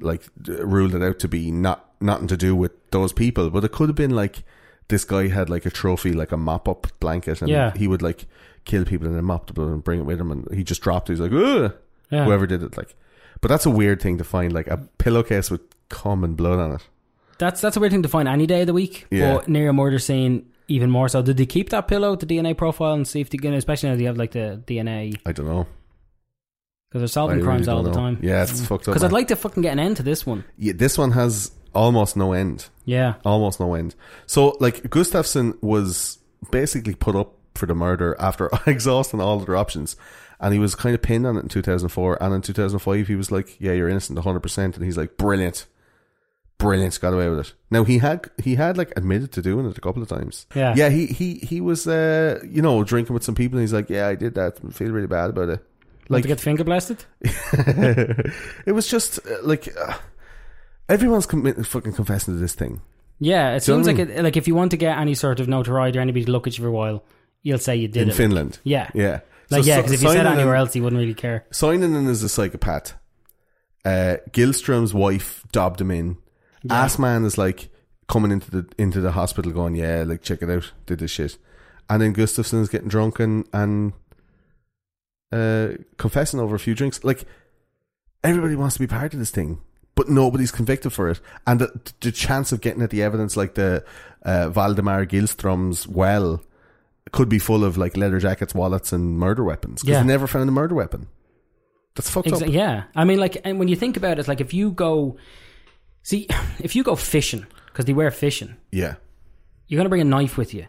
[SPEAKER 2] like d- ruled it out to be not nothing to do with those people. But it could have been like this guy had like a trophy, like a mop up blanket, and
[SPEAKER 3] Yeah.
[SPEAKER 2] he would like kill people and then mop the blood and bring it with him, and he just dropped. it. He's like, Ugh!
[SPEAKER 3] Yeah.
[SPEAKER 2] whoever did it, like. But that's a weird thing to find, like a pillowcase with cum and blood on it.
[SPEAKER 3] That's that's a weird thing to find any day of the week.
[SPEAKER 2] Yeah.
[SPEAKER 3] But near a murder scene, even more so. Did they keep that pillow, the DNA profile, and see if they can, especially now they have like the DNA
[SPEAKER 2] I don't know.
[SPEAKER 3] because they're
[SPEAKER 2] I
[SPEAKER 3] solving
[SPEAKER 2] really
[SPEAKER 3] crimes all
[SPEAKER 2] don't
[SPEAKER 3] the
[SPEAKER 2] know.
[SPEAKER 3] time.
[SPEAKER 2] Yeah, it's fucked up.
[SPEAKER 3] Because I'd
[SPEAKER 2] man.
[SPEAKER 3] like to fucking get an end to this one.
[SPEAKER 2] yeah, this one has almost no end.
[SPEAKER 3] Yeah.
[SPEAKER 2] almost no end. So like Gustafsson was basically put up for the murder after <laughs> exhausting all other options, and he was kind of pinned on it in 2004. And in 2005, he was like, "Yeah, you're innocent 100," percent and he's like, "Brilliant, brilliant, got away with it." Now he had he had like admitted to doing it a couple of times.
[SPEAKER 3] Yeah.
[SPEAKER 2] yeah. He he he was uh you know drinking with some people, and he's like, "Yeah, I did that. I feel really bad about it."
[SPEAKER 3] Like
[SPEAKER 2] Like-
[SPEAKER 3] to get finger blasted.
[SPEAKER 2] <laughs> it was just uh, like. Uh, Everyone's commi- fucking confessing to this thing.
[SPEAKER 3] Yeah, it
[SPEAKER 2] Do you know
[SPEAKER 3] seems
[SPEAKER 2] what I
[SPEAKER 3] like it, like if you want to get any sort of notoriety or anybody to look at you for a while, you'll say you did
[SPEAKER 2] in
[SPEAKER 3] it.
[SPEAKER 2] Finland.
[SPEAKER 3] Yeah.
[SPEAKER 2] yeah.
[SPEAKER 3] Like
[SPEAKER 2] So
[SPEAKER 3] yeah,
[SPEAKER 2] Si-
[SPEAKER 3] because if you said
[SPEAKER 2] Simonen-
[SPEAKER 3] anywhere else, he wouldn't really care.
[SPEAKER 2] Simonen is a psychopath. Uh, Gilstrom's wife dobbed him in. Ass man is like coming into the into the hospital, going, "Yeah, like check it out, did this shit," and then Gustafson's getting drunk and and uh, confessing over a few drinks. Like everybody wants to be part of this thing, but nobody's convicted for it. And the, the chance of getting at the evidence, like the uh, Valdemar Gilstrom's well, could be full of like leather jackets, wallets, and murder weapons. Because
[SPEAKER 3] Yeah.
[SPEAKER 2] they never found a murder weapon. That's fucked
[SPEAKER 3] Exa-
[SPEAKER 2] up.
[SPEAKER 3] yeah, I mean, like, and when you think about it, like if you go, see, <sighs> if you go fishing because they were fishing,
[SPEAKER 2] Yeah.
[SPEAKER 3] you're gonna bring a knife with you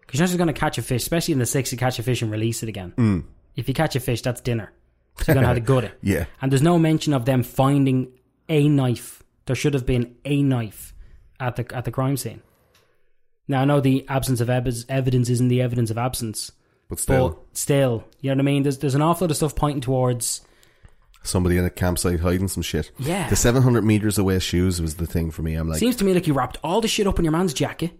[SPEAKER 3] because you're not just gonna catch a fish, especially in the six. You catch a fish and release it again. If you catch a fish, that's dinner. So you're gonna have to gut it.
[SPEAKER 2] Mm. <laughs> Yeah.
[SPEAKER 3] And there's no mention of them finding a knife. There should have been a knife at the at the crime scene. Now I know the absence of ev- evidence isn't the evidence of absence,
[SPEAKER 2] But still,
[SPEAKER 3] but still, you know what I mean. There's there's an awful lot of stuff pointing towards.
[SPEAKER 2] somebody in a campsite hiding some shit.
[SPEAKER 3] Yeah.
[SPEAKER 2] The 700 meters away shoes was the thing for me. I'm like,
[SPEAKER 3] Seems to me like you wrapped all the shit up in your man's jacket,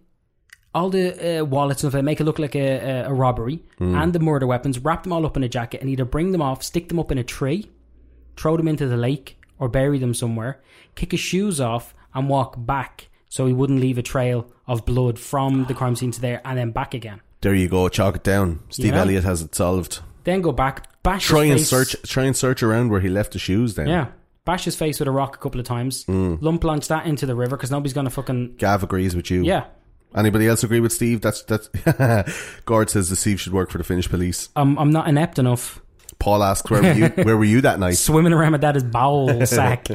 [SPEAKER 3] all the uh, wallets and stuff, make it look like a, a, a robbery,
[SPEAKER 2] Hmm.
[SPEAKER 3] and the murder weapons, wrap them all up in a jacket, and either bring them off, stick them up in a tree, throw them into the lake, or bury them somewhere, kick his shoes off, and walk back so he wouldn't leave a trail of blood from the crime scene to there and then back again.
[SPEAKER 2] there you go, chalk it down. Steve
[SPEAKER 3] Yeah.
[SPEAKER 2] Elliott has it solved.
[SPEAKER 3] Then go back, bash
[SPEAKER 2] Try
[SPEAKER 3] his
[SPEAKER 2] and
[SPEAKER 3] face-
[SPEAKER 2] search, try and search around where he left the shoes. Then,
[SPEAKER 3] Yeah. Bash his face with a rock a couple of times, lump launch that into the river because nobody's going to fucking.
[SPEAKER 2] Gav agrees with you.
[SPEAKER 3] Yeah.
[SPEAKER 2] Anybody else agree with Steve? That's that's. <laughs> Gord says the Steve should work for the Finnish police.
[SPEAKER 3] I'm, I'm not inept enough.
[SPEAKER 2] Paul asks, "Where
[SPEAKER 3] <laughs>
[SPEAKER 2] were you? where were you that night?"
[SPEAKER 3] swimming around with that his bowel sack.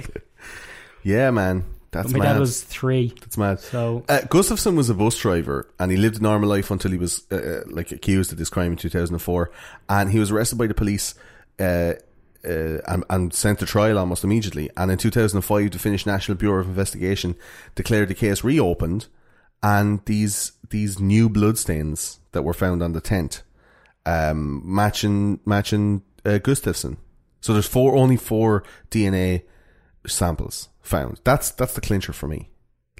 [SPEAKER 2] Yeah, man, that's
[SPEAKER 3] My
[SPEAKER 2] mad.
[SPEAKER 3] dad was three.
[SPEAKER 2] It's mad.
[SPEAKER 3] So-
[SPEAKER 2] uh, Gustafsson was a bus driver, and he lived a normal life until he was uh, uh, like accused of this crime in 2004, and he was arrested by the police. Uh, uh, and, and sent to trial almost immediately. And in 2005, the Finnish National Bureau of Investigation declared the case reopened, and these these new bloodstains that were found on the tent, um, matching matching uh, Gustafsson. So there's four only four DNA samples found. That's that's the clincher for me.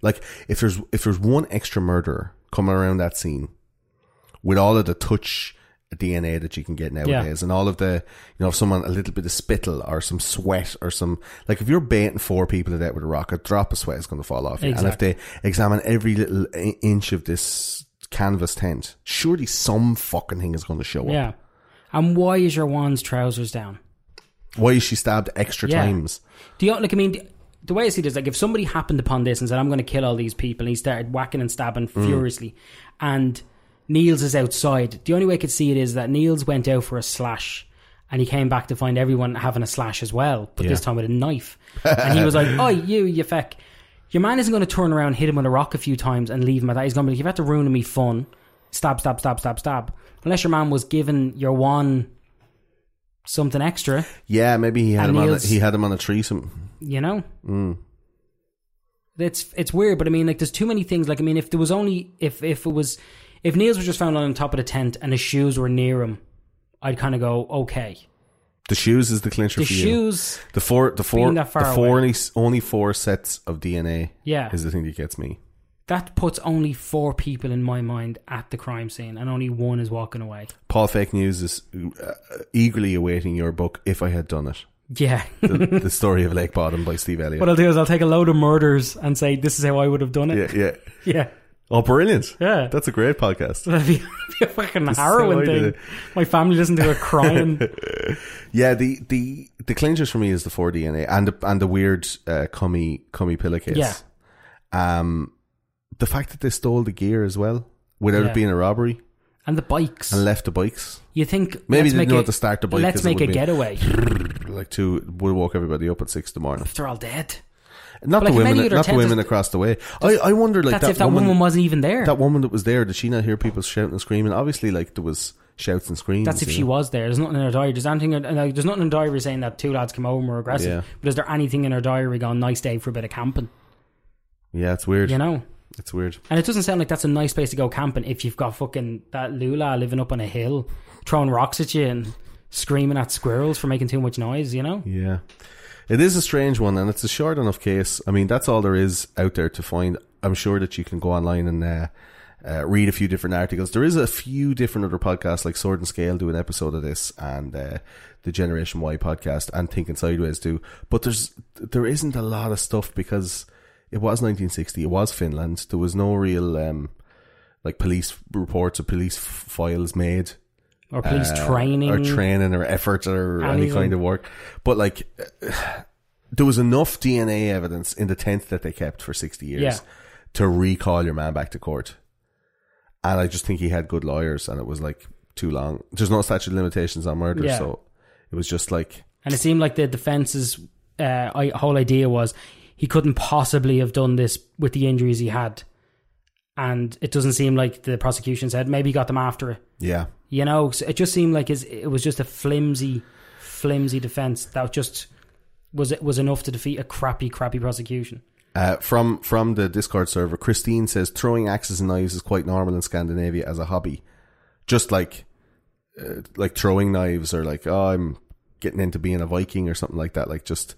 [SPEAKER 2] Like if there's if there's one extra murderer coming around that scene with all of the touch DNA that you can get nowadays and all of the you know if someone a little bit of spittle or some sweat or some like if you're baiting four people to death with a rock a drop of sweat is going to fall off you. and if they examine every little i- inch of this canvas tent surely some fucking thing is going to show up
[SPEAKER 3] Yeah. And why is your wand's trousers down?
[SPEAKER 2] why is she stabbed extra
[SPEAKER 3] Yeah.
[SPEAKER 2] times
[SPEAKER 3] Do you like? I mean, the way I see this, like, if somebody happened upon this and said, "I'm going to kill all these people," and he started whacking and stabbing furiously, and Niels is outside. The only way I could see it is that Niels went out for a slash. And he came back to find everyone having a slash as well, but this time with a knife. And he was like, "Oh, you, you feck! Your man isn't going to turn around, and hit him with a rock a few times, and leave him at that. He's going to be like, you've had to ruin me fun. Stab, stab, stab, stab, stab. Unless your man was given your one something extra,
[SPEAKER 2] yeah maybe he had
[SPEAKER 3] And
[SPEAKER 2] him on a,
[SPEAKER 3] Niels-
[SPEAKER 2] he had him on a tree some
[SPEAKER 3] you know
[SPEAKER 2] Mm.
[SPEAKER 3] it's it's weird but i mean like there's too many things like i mean if there was only if if it was If Niels was just found on top of the tent and his shoes were near him, I'd kind of go, okay.
[SPEAKER 2] The shoes is the clincher
[SPEAKER 3] The
[SPEAKER 2] for you.
[SPEAKER 3] shoes,
[SPEAKER 2] The four, the four,
[SPEAKER 3] Being
[SPEAKER 2] the
[SPEAKER 3] that far
[SPEAKER 2] four
[SPEAKER 3] away.
[SPEAKER 2] only, only four sets of DNA.
[SPEAKER 3] Yeah.
[SPEAKER 2] is the thing that gets me.
[SPEAKER 3] that puts only four people in my mind at the crime scene, and only one is walking away.
[SPEAKER 2] Paul Fake News is uh, eagerly awaiting your book. If I had done it,
[SPEAKER 3] <laughs> Yeah.
[SPEAKER 2] the, the story of Lake Bottom by Steve Elliott.
[SPEAKER 3] what I'll do is I'll take a load of murders and say, this is how I would have done
[SPEAKER 2] yeah,
[SPEAKER 3] it.
[SPEAKER 2] yeah.
[SPEAKER 3] <laughs> Yeah.
[SPEAKER 2] Oh, brilliant!
[SPEAKER 3] Yeah.
[SPEAKER 2] that's a great
[SPEAKER 3] <laughs>
[SPEAKER 2] podcast.
[SPEAKER 3] That'd be, that'd be a
[SPEAKER 2] <laughs>
[SPEAKER 3] fucking
[SPEAKER 2] is how I
[SPEAKER 3] harrowing
[SPEAKER 2] did
[SPEAKER 3] thing.
[SPEAKER 2] it.
[SPEAKER 3] My family doesn't do a
[SPEAKER 2] <laughs>
[SPEAKER 3] crime.
[SPEAKER 2] Yeah, the the the clinchers for me is the four DNA and the, and the weird uh, cummy cummy pillow case.
[SPEAKER 3] Yeah.
[SPEAKER 2] Um, the fact that they stole the gear as well without
[SPEAKER 3] Yeah.
[SPEAKER 2] it being a robbery
[SPEAKER 3] and the bikes.
[SPEAKER 2] and left the bikes.
[SPEAKER 3] You think
[SPEAKER 2] Maybe
[SPEAKER 3] let's
[SPEAKER 2] they
[SPEAKER 3] make
[SPEAKER 2] didn't
[SPEAKER 3] a-
[SPEAKER 2] want to start the bike
[SPEAKER 3] Let's
[SPEAKER 2] 'cause it
[SPEAKER 3] make a
[SPEAKER 2] would be- <laughs>
[SPEAKER 3] getaway.
[SPEAKER 2] Like to would walk everybody up at six in the morning.
[SPEAKER 3] They're all dead.
[SPEAKER 2] Not
[SPEAKER 3] But
[SPEAKER 2] the
[SPEAKER 3] like many
[SPEAKER 2] women.
[SPEAKER 3] other
[SPEAKER 2] Not the
[SPEAKER 3] tents-
[SPEAKER 2] women across the way. I, I wonder like
[SPEAKER 3] That's
[SPEAKER 2] that
[SPEAKER 3] if that woman, wasn't even there.
[SPEAKER 2] that woman that was there. Did she not hear people shouting and screaming? Obviously, like there was shouts and screams.
[SPEAKER 3] That's if
[SPEAKER 2] you
[SPEAKER 3] she
[SPEAKER 2] know?
[SPEAKER 3] was there. There's nothing in her diary. There's anything. In, like, there's nothing in her diary saying that two lads came over and were aggressive.
[SPEAKER 2] Yeah.
[SPEAKER 3] But is there anything in her diary going nice day for a bit of camping?
[SPEAKER 2] Yeah, it's weird.
[SPEAKER 3] You know.
[SPEAKER 2] It's weird.
[SPEAKER 3] And it doesn't sound like that's a nice place to go camping if you've got fucking that Lula living up on a hill, throwing rocks at you and screaming at squirrels for making too much noise. You know.
[SPEAKER 2] Yeah. It is a strange one, and it's a short enough case. I mean, that's all there is out there to find. I'm sure that you can go online and uh, uh, read a few different articles. There is a few different other podcasts, like Sword and Scale do an episode of this, and uh, the Generation Y podcast, and Thinking Sideways do. But there's there isn't a lot of stuff because it was 1960. It was Finland. There was no real um, like police reports or police f- files made
[SPEAKER 3] Or police
[SPEAKER 2] uh,
[SPEAKER 3] training.
[SPEAKER 2] or training or effort or any
[SPEAKER 3] Anything.
[SPEAKER 2] kind of work. But like, there was enough DNA evidence in the tent that they kept for sixty years
[SPEAKER 3] Yeah.
[SPEAKER 2] to recall your man back to court. And I just think he had good lawyers, and it was like too long. There's no statute of limitations on murder,
[SPEAKER 3] Yeah.
[SPEAKER 2] so it was just like
[SPEAKER 3] And it seemed like the defense's uh, I- whole idea was he couldn't possibly have done this with the injuries he had. And it doesn't seem like the prosecution said maybe he got them after it.
[SPEAKER 2] yeah,
[SPEAKER 3] You know, so it just seemed like his, it was just a flimsy, flimsy defense that just was was enough to defeat a crappy, crappy prosecution.
[SPEAKER 2] Uh, from from the Discord server, Christine says throwing axes and knives is quite normal in Scandinavia as a hobby, just like uh, like throwing knives or like oh I'm getting into being a Viking or something like that, like just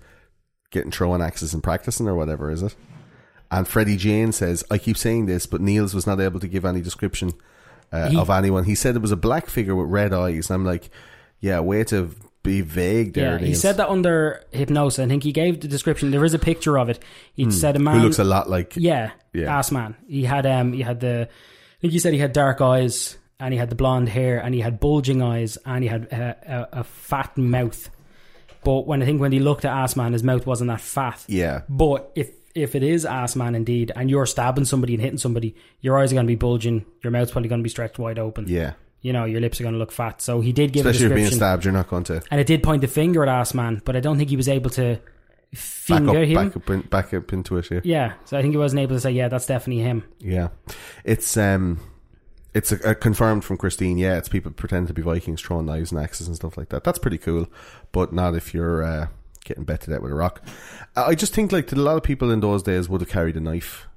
[SPEAKER 2] getting throwing axes and practicing or whatever is it? And Freddie Jane says I keep saying this, but Niels was not able to give any description uh,
[SPEAKER 3] He-
[SPEAKER 2] of anyone. He said it was a black figure with red eyes, and I'm like, yeah, way to be vague there.
[SPEAKER 3] yeah, he
[SPEAKER 2] Niels.
[SPEAKER 3] said that under hypnosis. I think he gave the description. There is a picture of it. He said a man
[SPEAKER 2] Hmm. Who looks a lot like
[SPEAKER 3] Yeah,
[SPEAKER 2] Yeah.
[SPEAKER 3] ass man. He had um, he had the. I think you said he had dark eyes, and he had the blonde hair, and he had bulging eyes, and he had a, a, a fat mouth. But when I think when he looked at ass man, his mouth wasn't that fat.
[SPEAKER 2] yeah.
[SPEAKER 3] But if if it is ass man indeed, and you're stabbing somebody and hitting somebody, your eyes are going to be bulging, your mouth's probably going to be stretched wide open.
[SPEAKER 2] Yeah,
[SPEAKER 3] You know, your lips are going to look fat. So he did give
[SPEAKER 2] especially
[SPEAKER 3] a
[SPEAKER 2] if you're being
[SPEAKER 3] description,
[SPEAKER 2] stabbed, you're not going to
[SPEAKER 3] and it did point the finger at ass man, but I don't think he was able to
[SPEAKER 2] back
[SPEAKER 3] finger
[SPEAKER 2] up,
[SPEAKER 3] him.
[SPEAKER 2] back up, in, back up into it. Yeah. yeah,
[SPEAKER 3] Yeah, so I think he wasn't able to say, yeah, that's definitely him.
[SPEAKER 2] It's um, it's a, a confirmed from Christine. Yeah, it's people pretending to be Vikings throwing knives and axes and stuff like that. That's pretty cool, but not if you're uh, getting betted out with a rock. I I just think like that a lot of people in those days would have carried a knife.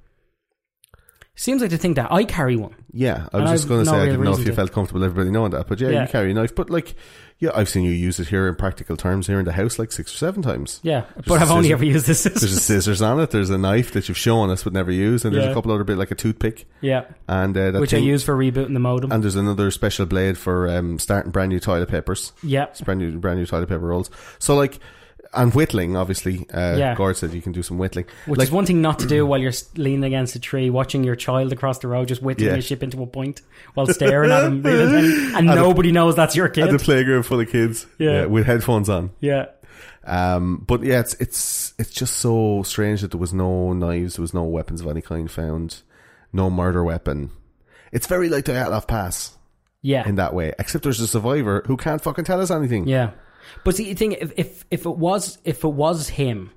[SPEAKER 3] Seems like to think that I carry one.
[SPEAKER 2] Yeah, I
[SPEAKER 3] And
[SPEAKER 2] was
[SPEAKER 3] I've
[SPEAKER 2] just going to
[SPEAKER 3] no
[SPEAKER 2] say I
[SPEAKER 3] real
[SPEAKER 2] didn't know if
[SPEAKER 3] reason
[SPEAKER 2] you
[SPEAKER 3] to.
[SPEAKER 2] felt comfortable everybody knowing that, but yeah,
[SPEAKER 3] Yeah.
[SPEAKER 2] you carry a knife. But like, yeah, I've seen you use it here in practical terms here in the house like six or seven times.
[SPEAKER 3] Yeah, but I've
[SPEAKER 2] a
[SPEAKER 3] only
[SPEAKER 2] scissor.
[SPEAKER 3] ever used this.
[SPEAKER 2] There's a scissors on it. There's a knife that you've shown us but never used, and there's
[SPEAKER 3] Yeah.
[SPEAKER 2] a couple other bit like a toothpick.
[SPEAKER 3] <laughs> yeah,
[SPEAKER 2] and uh, that
[SPEAKER 3] which I
[SPEAKER 2] thing-
[SPEAKER 3] use for rebooting the modem.
[SPEAKER 2] And there's another special blade for um, starting brand new toilet papers.
[SPEAKER 3] yeah,
[SPEAKER 2] It's brand new, brand new toilet paper rolls. So like, and whittling obviously. Uh,
[SPEAKER 3] Yeah.
[SPEAKER 2] Gord said you can do some whittling.
[SPEAKER 3] which
[SPEAKER 2] like,
[SPEAKER 3] is one thing not to
[SPEAKER 2] <clears throat>
[SPEAKER 3] do while you're s- leaning against a tree, watching your child across the road just whittling
[SPEAKER 2] Yeah.
[SPEAKER 3] a ship into a point while staring at him,
[SPEAKER 2] <laughs>
[SPEAKER 3] reading him, and nobody knows that's your
[SPEAKER 2] at the
[SPEAKER 3] kid.
[SPEAKER 2] playground for the kids.
[SPEAKER 3] Yeah.
[SPEAKER 2] with headphones on.
[SPEAKER 3] yeah,
[SPEAKER 2] Um, but yeah, it's it's it's just so strange that there was no knives, there was no weapons of any kind found, no murder weapon. It's very like the Atlaf Pass
[SPEAKER 3] yeah,
[SPEAKER 2] in that way, except there's a survivor who can't fucking tell us anything.
[SPEAKER 3] yeah. But see, the thing if, if if it was if it was him,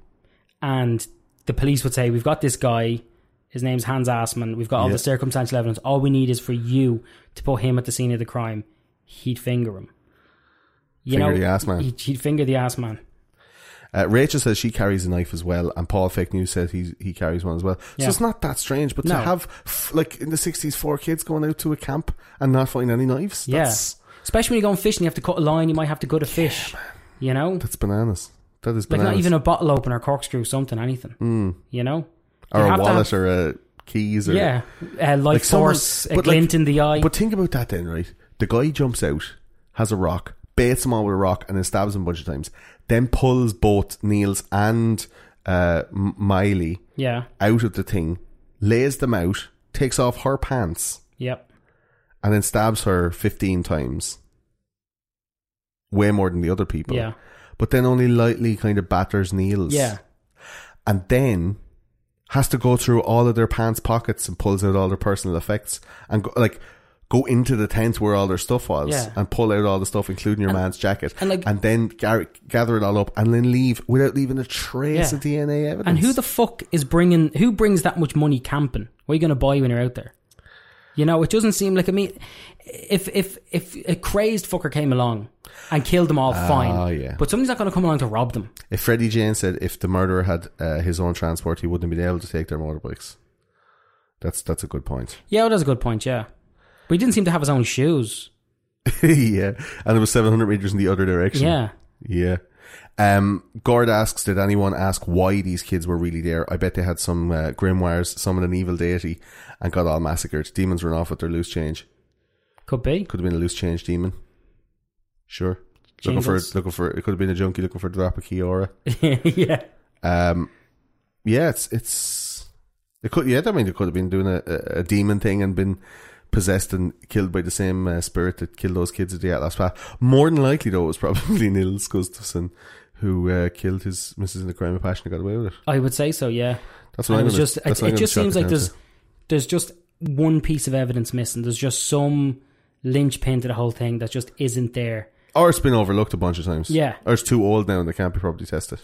[SPEAKER 3] and the police would say, "We've got this guy." His name's Hans Assmann. We've got all
[SPEAKER 2] Yeah.
[SPEAKER 3] the circumstantial evidence. All we need is for you to put him at the scene of the crime. He'd finger him. You
[SPEAKER 2] Finger the ass man.
[SPEAKER 3] He'd, he'd finger the ass man.
[SPEAKER 2] Uh, Rachel says she carries a knife as well, and Paul Fake News said he he carries one as well.
[SPEAKER 3] Yeah.
[SPEAKER 2] So it's not that strange, but
[SPEAKER 3] No.
[SPEAKER 2] to have f- like in the sixties four kids going out to a camp and not find any knives,
[SPEAKER 3] Yeah.
[SPEAKER 2] that's
[SPEAKER 3] Especially when you're going fishing, you have to cut a line, you might have to gut a fish. you know?
[SPEAKER 2] that's bananas. That is
[SPEAKER 3] Like
[SPEAKER 2] bananas. Hmm.
[SPEAKER 3] not even a bottle opener, corkscrew, something, anything. You know? You
[SPEAKER 2] or a
[SPEAKER 3] have to
[SPEAKER 2] wallet
[SPEAKER 3] have-
[SPEAKER 2] or a keys or
[SPEAKER 3] Yeah. Uh, life
[SPEAKER 2] Like someone-
[SPEAKER 3] force, a
[SPEAKER 2] but like-
[SPEAKER 3] glint in the eye.
[SPEAKER 2] But think about that then, right? The guy jumps out, has a rock, baits him all with a rock, and then stabs him a bunch of times. Then pulls both Niels and uh, M- Miley
[SPEAKER 3] yeah.
[SPEAKER 2] out of the thing, lays them out, takes off her pants,
[SPEAKER 3] Yep.
[SPEAKER 2] and then stabs her 15 times. Way more than the other people.
[SPEAKER 3] Yeah.
[SPEAKER 2] But then only lightly kind of batters Niels.
[SPEAKER 3] Yeah.
[SPEAKER 2] And then has to go through all of their pants pockets and pulls out all their personal effects and go, like go into the tent where all their stuff was
[SPEAKER 3] Yeah.
[SPEAKER 2] and pull out all the stuff, including your man's jacket,
[SPEAKER 3] and, like-
[SPEAKER 2] and then gar- gather it all up and then leave without leaving a trace
[SPEAKER 3] Yeah.
[SPEAKER 2] of DNA evidence.
[SPEAKER 3] And who the fuck is bringing? Who brings that much money camping? What are you going to buy when you're out there? You know, it doesn't seem like I mean, if if if a crazed fucker came along and killed them all, fine.
[SPEAKER 2] Ah, yeah.
[SPEAKER 3] But somebody's not going to come along to rob them.
[SPEAKER 2] If Freddie Jane said if the murderer had uh, his own transport, he wouldn't have been able to take their motorbikes. That's that's a good point. <laughs>
[SPEAKER 3] Yeah, well, that's a good point. Yeah, but he didn't seem to have his own shoes.
[SPEAKER 2] yeah, and it was seven hundred meters in the other direction.
[SPEAKER 3] Yeah,
[SPEAKER 2] yeah. Um, Gord asks, did anyone ask why these kids were really there? I bet they had some uh, grimoires, summoned an evil deity, and got all massacred. Demons run off with their loose change.
[SPEAKER 3] could be. <laughs>
[SPEAKER 2] Could have been a loose change demon. Sure. Looking for
[SPEAKER 3] Jingles.
[SPEAKER 2] looking for it could have been a junkie looking for the drop of Kiora.
[SPEAKER 3] yeah,
[SPEAKER 2] Um, yeah, it's it's it could yeah. I mean, it could have been doing a, a a demon thing and been possessed and killed by the same uh, spirit that killed those kids at the Atlas Path. More than likely, though, it was probably <laughs> Nils Gustafsson who uh, killed his missus in the crime of passion and got away with it.
[SPEAKER 3] I would say so. Yeah,
[SPEAKER 2] That's what
[SPEAKER 3] and it
[SPEAKER 2] I'm
[SPEAKER 3] was
[SPEAKER 2] gonna,
[SPEAKER 3] just
[SPEAKER 2] that's
[SPEAKER 3] it,
[SPEAKER 2] what I'm
[SPEAKER 3] it
[SPEAKER 2] gonna
[SPEAKER 3] just
[SPEAKER 2] chalk
[SPEAKER 3] seems
[SPEAKER 2] it
[SPEAKER 3] like
[SPEAKER 2] down
[SPEAKER 3] there's
[SPEAKER 2] to.
[SPEAKER 3] there's just one piece of evidence missing. There's just some linchpin to the whole thing that just isn't there.
[SPEAKER 2] or it's been overlooked a bunch of times.
[SPEAKER 3] Yeah.
[SPEAKER 2] or it's too old now and they can't be properly tested.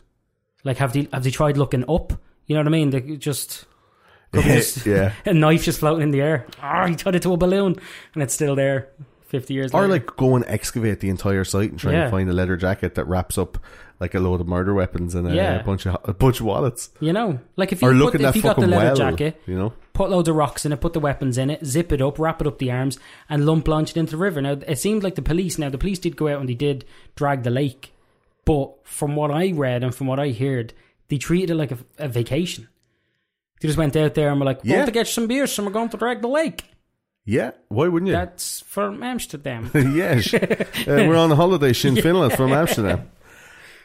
[SPEAKER 3] Like, have they have they tried looking up? You know what I mean? They
[SPEAKER 2] <laughs>
[SPEAKER 3] just could be just-
[SPEAKER 2] yeah.
[SPEAKER 3] <laughs> a knife just floating in the air. Ah, he tied it to a balloon, and it's still there. Fifty years
[SPEAKER 2] Or
[SPEAKER 3] later.
[SPEAKER 2] like go and excavate the entire site and try
[SPEAKER 3] Yeah.
[SPEAKER 2] and find a leather jacket that wraps up like a load of murder weapons and a,
[SPEAKER 3] Yeah.
[SPEAKER 2] a bunch of a bunch of wallets.
[SPEAKER 3] you know, like if you
[SPEAKER 2] or
[SPEAKER 3] put
[SPEAKER 2] look at
[SPEAKER 3] the- if
[SPEAKER 2] that
[SPEAKER 3] you got the
[SPEAKER 2] fucking
[SPEAKER 3] leather
[SPEAKER 2] well.
[SPEAKER 3] jacket,
[SPEAKER 2] You know,
[SPEAKER 3] put loads of rocks in it, put the weapons in it, zip it up, wrap it up the arms, and lump launch it into the river. Now it seemed like the police. Now the police did go out and they did drag the lake, but from what I read and from what I heard, they treated it like a, a vacation. They just went out there and were like, "We're
[SPEAKER 2] Yeah.
[SPEAKER 3] going to get some beers, and we're going to drag the lake."
[SPEAKER 2] yeah. Why wouldn't you? <laughs>
[SPEAKER 3] That's from Amsterdam. <laughs>
[SPEAKER 2] yeah, sh- uh, we're on a holiday in Finland from Amsterdam.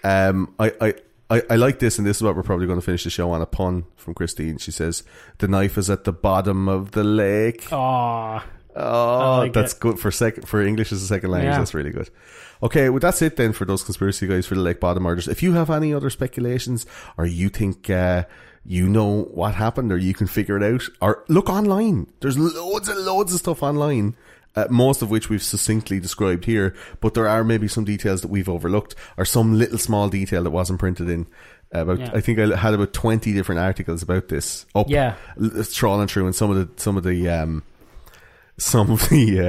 [SPEAKER 2] Um, I, I, I, I like this, and this is what we're probably going to finish the show on a pun from Christine. She says, "The knife is at the bottom of the lake."
[SPEAKER 3] Ah,
[SPEAKER 2] Oh,
[SPEAKER 3] like
[SPEAKER 2] that's
[SPEAKER 3] it.
[SPEAKER 2] good for sec- for English as a second language.
[SPEAKER 3] Yeah.
[SPEAKER 2] That's really good. Okay, well, that's it then for those conspiracy guys for the Lake Bottom murders. If you have any other speculations, or you think uh, you know what happened, or you can figure it out, or look online. There's loads and loads of stuff online. Uh, most of which we've succinctly described here, but there are maybe some details that we've overlooked, or some little small detail that wasn't printed in. About,
[SPEAKER 3] Yeah.
[SPEAKER 2] I think I had about twenty different articles about this up,
[SPEAKER 3] Yeah.
[SPEAKER 2] l- trawling through, and some of the some of the um, some of the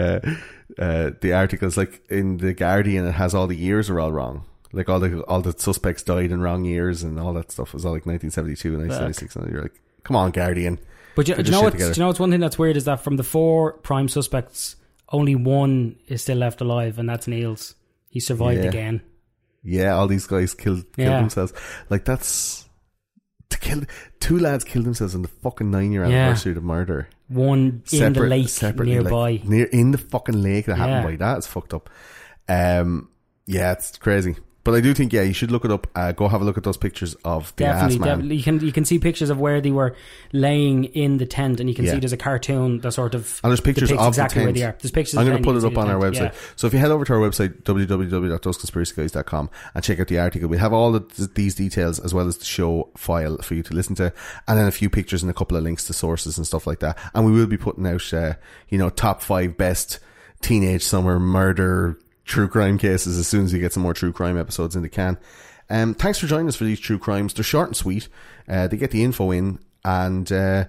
[SPEAKER 2] uh, uh, the articles, like in the Guardian, it has all the years are all wrong. Like all the all the suspects died in wrong years and all that stuff It was all like 1972 and 1996. And you're like, come on, Guardian.
[SPEAKER 3] But do you,
[SPEAKER 2] Put
[SPEAKER 3] do you
[SPEAKER 2] your
[SPEAKER 3] know
[SPEAKER 2] shit
[SPEAKER 3] what? Do
[SPEAKER 2] together.
[SPEAKER 3] you know what's one thing that's weird is that from the four prime suspects, only one is still left alive, and that's Niels. He survived
[SPEAKER 2] Yeah.
[SPEAKER 3] again.
[SPEAKER 2] Yeah, all these guys killed killed
[SPEAKER 3] Yeah.
[SPEAKER 2] themselves. Like that's to kill two lads killed themselves on the fucking nine year
[SPEAKER 3] Yeah.
[SPEAKER 2] anniversary of murder.
[SPEAKER 3] One in the lake
[SPEAKER 2] separately, like,
[SPEAKER 3] nearby.
[SPEAKER 2] near in the fucking lake that
[SPEAKER 3] Yeah.
[SPEAKER 2] happened by that. It's fucked up. Um, yeah, it's crazy. But I do think yeah, you should look it up. Uh, go have a look at those pictures of the
[SPEAKER 3] definitely,
[SPEAKER 2] ass man.
[SPEAKER 3] definitely. You can you can see pictures of where they were laying in the tent, and you can
[SPEAKER 2] Yeah.
[SPEAKER 3] see there's a cartoon that sort of
[SPEAKER 2] And there's pictures
[SPEAKER 3] depicts
[SPEAKER 2] of
[SPEAKER 3] exactly
[SPEAKER 2] the
[SPEAKER 3] where
[SPEAKER 2] tent.
[SPEAKER 3] they are. There's pictures.
[SPEAKER 2] I'm
[SPEAKER 3] of
[SPEAKER 2] going to
[SPEAKER 3] the
[SPEAKER 2] put it
[SPEAKER 3] tent,
[SPEAKER 2] up
[SPEAKER 3] you
[SPEAKER 2] on
[SPEAKER 3] can
[SPEAKER 2] our
[SPEAKER 3] see
[SPEAKER 2] website.
[SPEAKER 3] the tent, yeah.
[SPEAKER 2] So if you head over to our website www.doseconspiracyguys.com and check out the article, we'll have all of th- these details as well as the show file for you to listen to, and then a few pictures and a couple of links to sources and stuff like that. And we will be putting out, uh, you know, top five best teenage summer murder true crime cases as soon as we get some more true crime episodes in the can. Um, thanks for joining us for these true crimes. They're short and sweet. Uh, they get the info in and. Uh,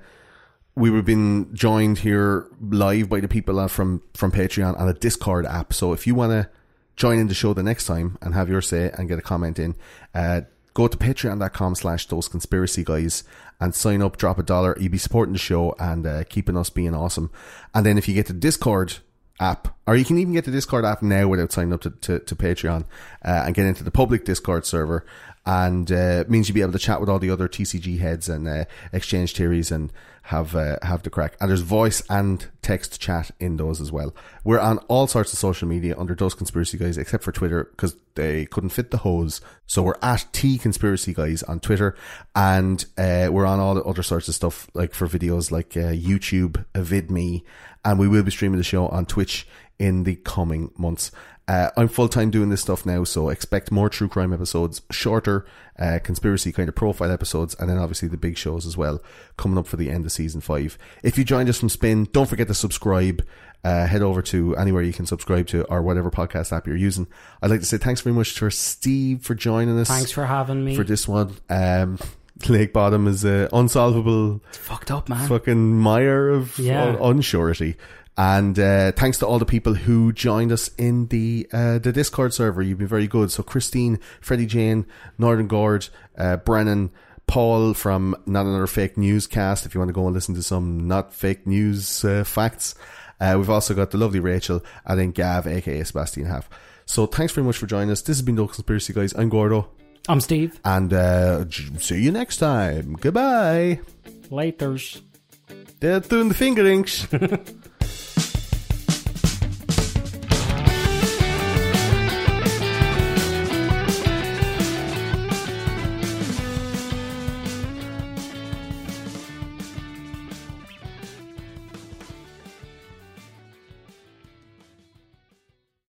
[SPEAKER 2] we were being joined here live by the people uh, from from Patreon and a Discord app. So if you want to join in the show the next time and have your say and get a comment in, uh, Go to patreon.com slash those conspiracy guys and sign up, drop a dollar. You'll be supporting the show and uh, keeping us being awesome. And then if you get the Discord app, or you can even get the Discord app now without signing up to, to, to Patreon uh, and get into the public Discord server. And uh, it means you'll be able to chat with all the other TCG heads and uh, exchange theories and have uh, have the crack. And there's voice and text chat in those as well. We're on all sorts of social media under those conspiracy guys, except for Twitter because they couldn't fit the hose. So we're at T conspiracy guys on Twitter, and uh, we're on all the other sorts of stuff like for videos like uh, YouTube, uh, VidMe, and we will be streaming the show on Twitch in the coming months. Uh, I'm full time doing this stuff now, so expect more true crime episodes, shorter uh, conspiracy kind of profile episodes, and then obviously the big shows as well coming up for the end of season five. If you joined us from Spin, don't forget to subscribe. Uh, head over to anywhere you can subscribe to or whatever podcast app you're using. I'd like to say thanks very much to Steve for joining us.
[SPEAKER 3] Thanks for having me.
[SPEAKER 2] for this one. Um, <laughs> Lake Bottom is a unsolvable
[SPEAKER 3] Fucked up, man.
[SPEAKER 2] fucking mire of
[SPEAKER 3] Yeah.
[SPEAKER 2] un- unsurety. And uh, thanks to all the people who joined us in the uh, the Discord server. You've been very good. So Christine, Freddie Jane, Northern Gord, uh, Brennan, Paul from Not Another Fake Newscast. If you want to go and listen to some not fake news uh, facts, uh, we've also got the lovely Rachel and then Gav, aka Sebastian Half. So thanks very much for joining us. This has been No Conspiracy, guys. I'm Gordo,
[SPEAKER 3] I'm Steve.
[SPEAKER 2] and uh, j- see you next time. Goodbye.
[SPEAKER 3] Laters.
[SPEAKER 2] They're doing the finger inks.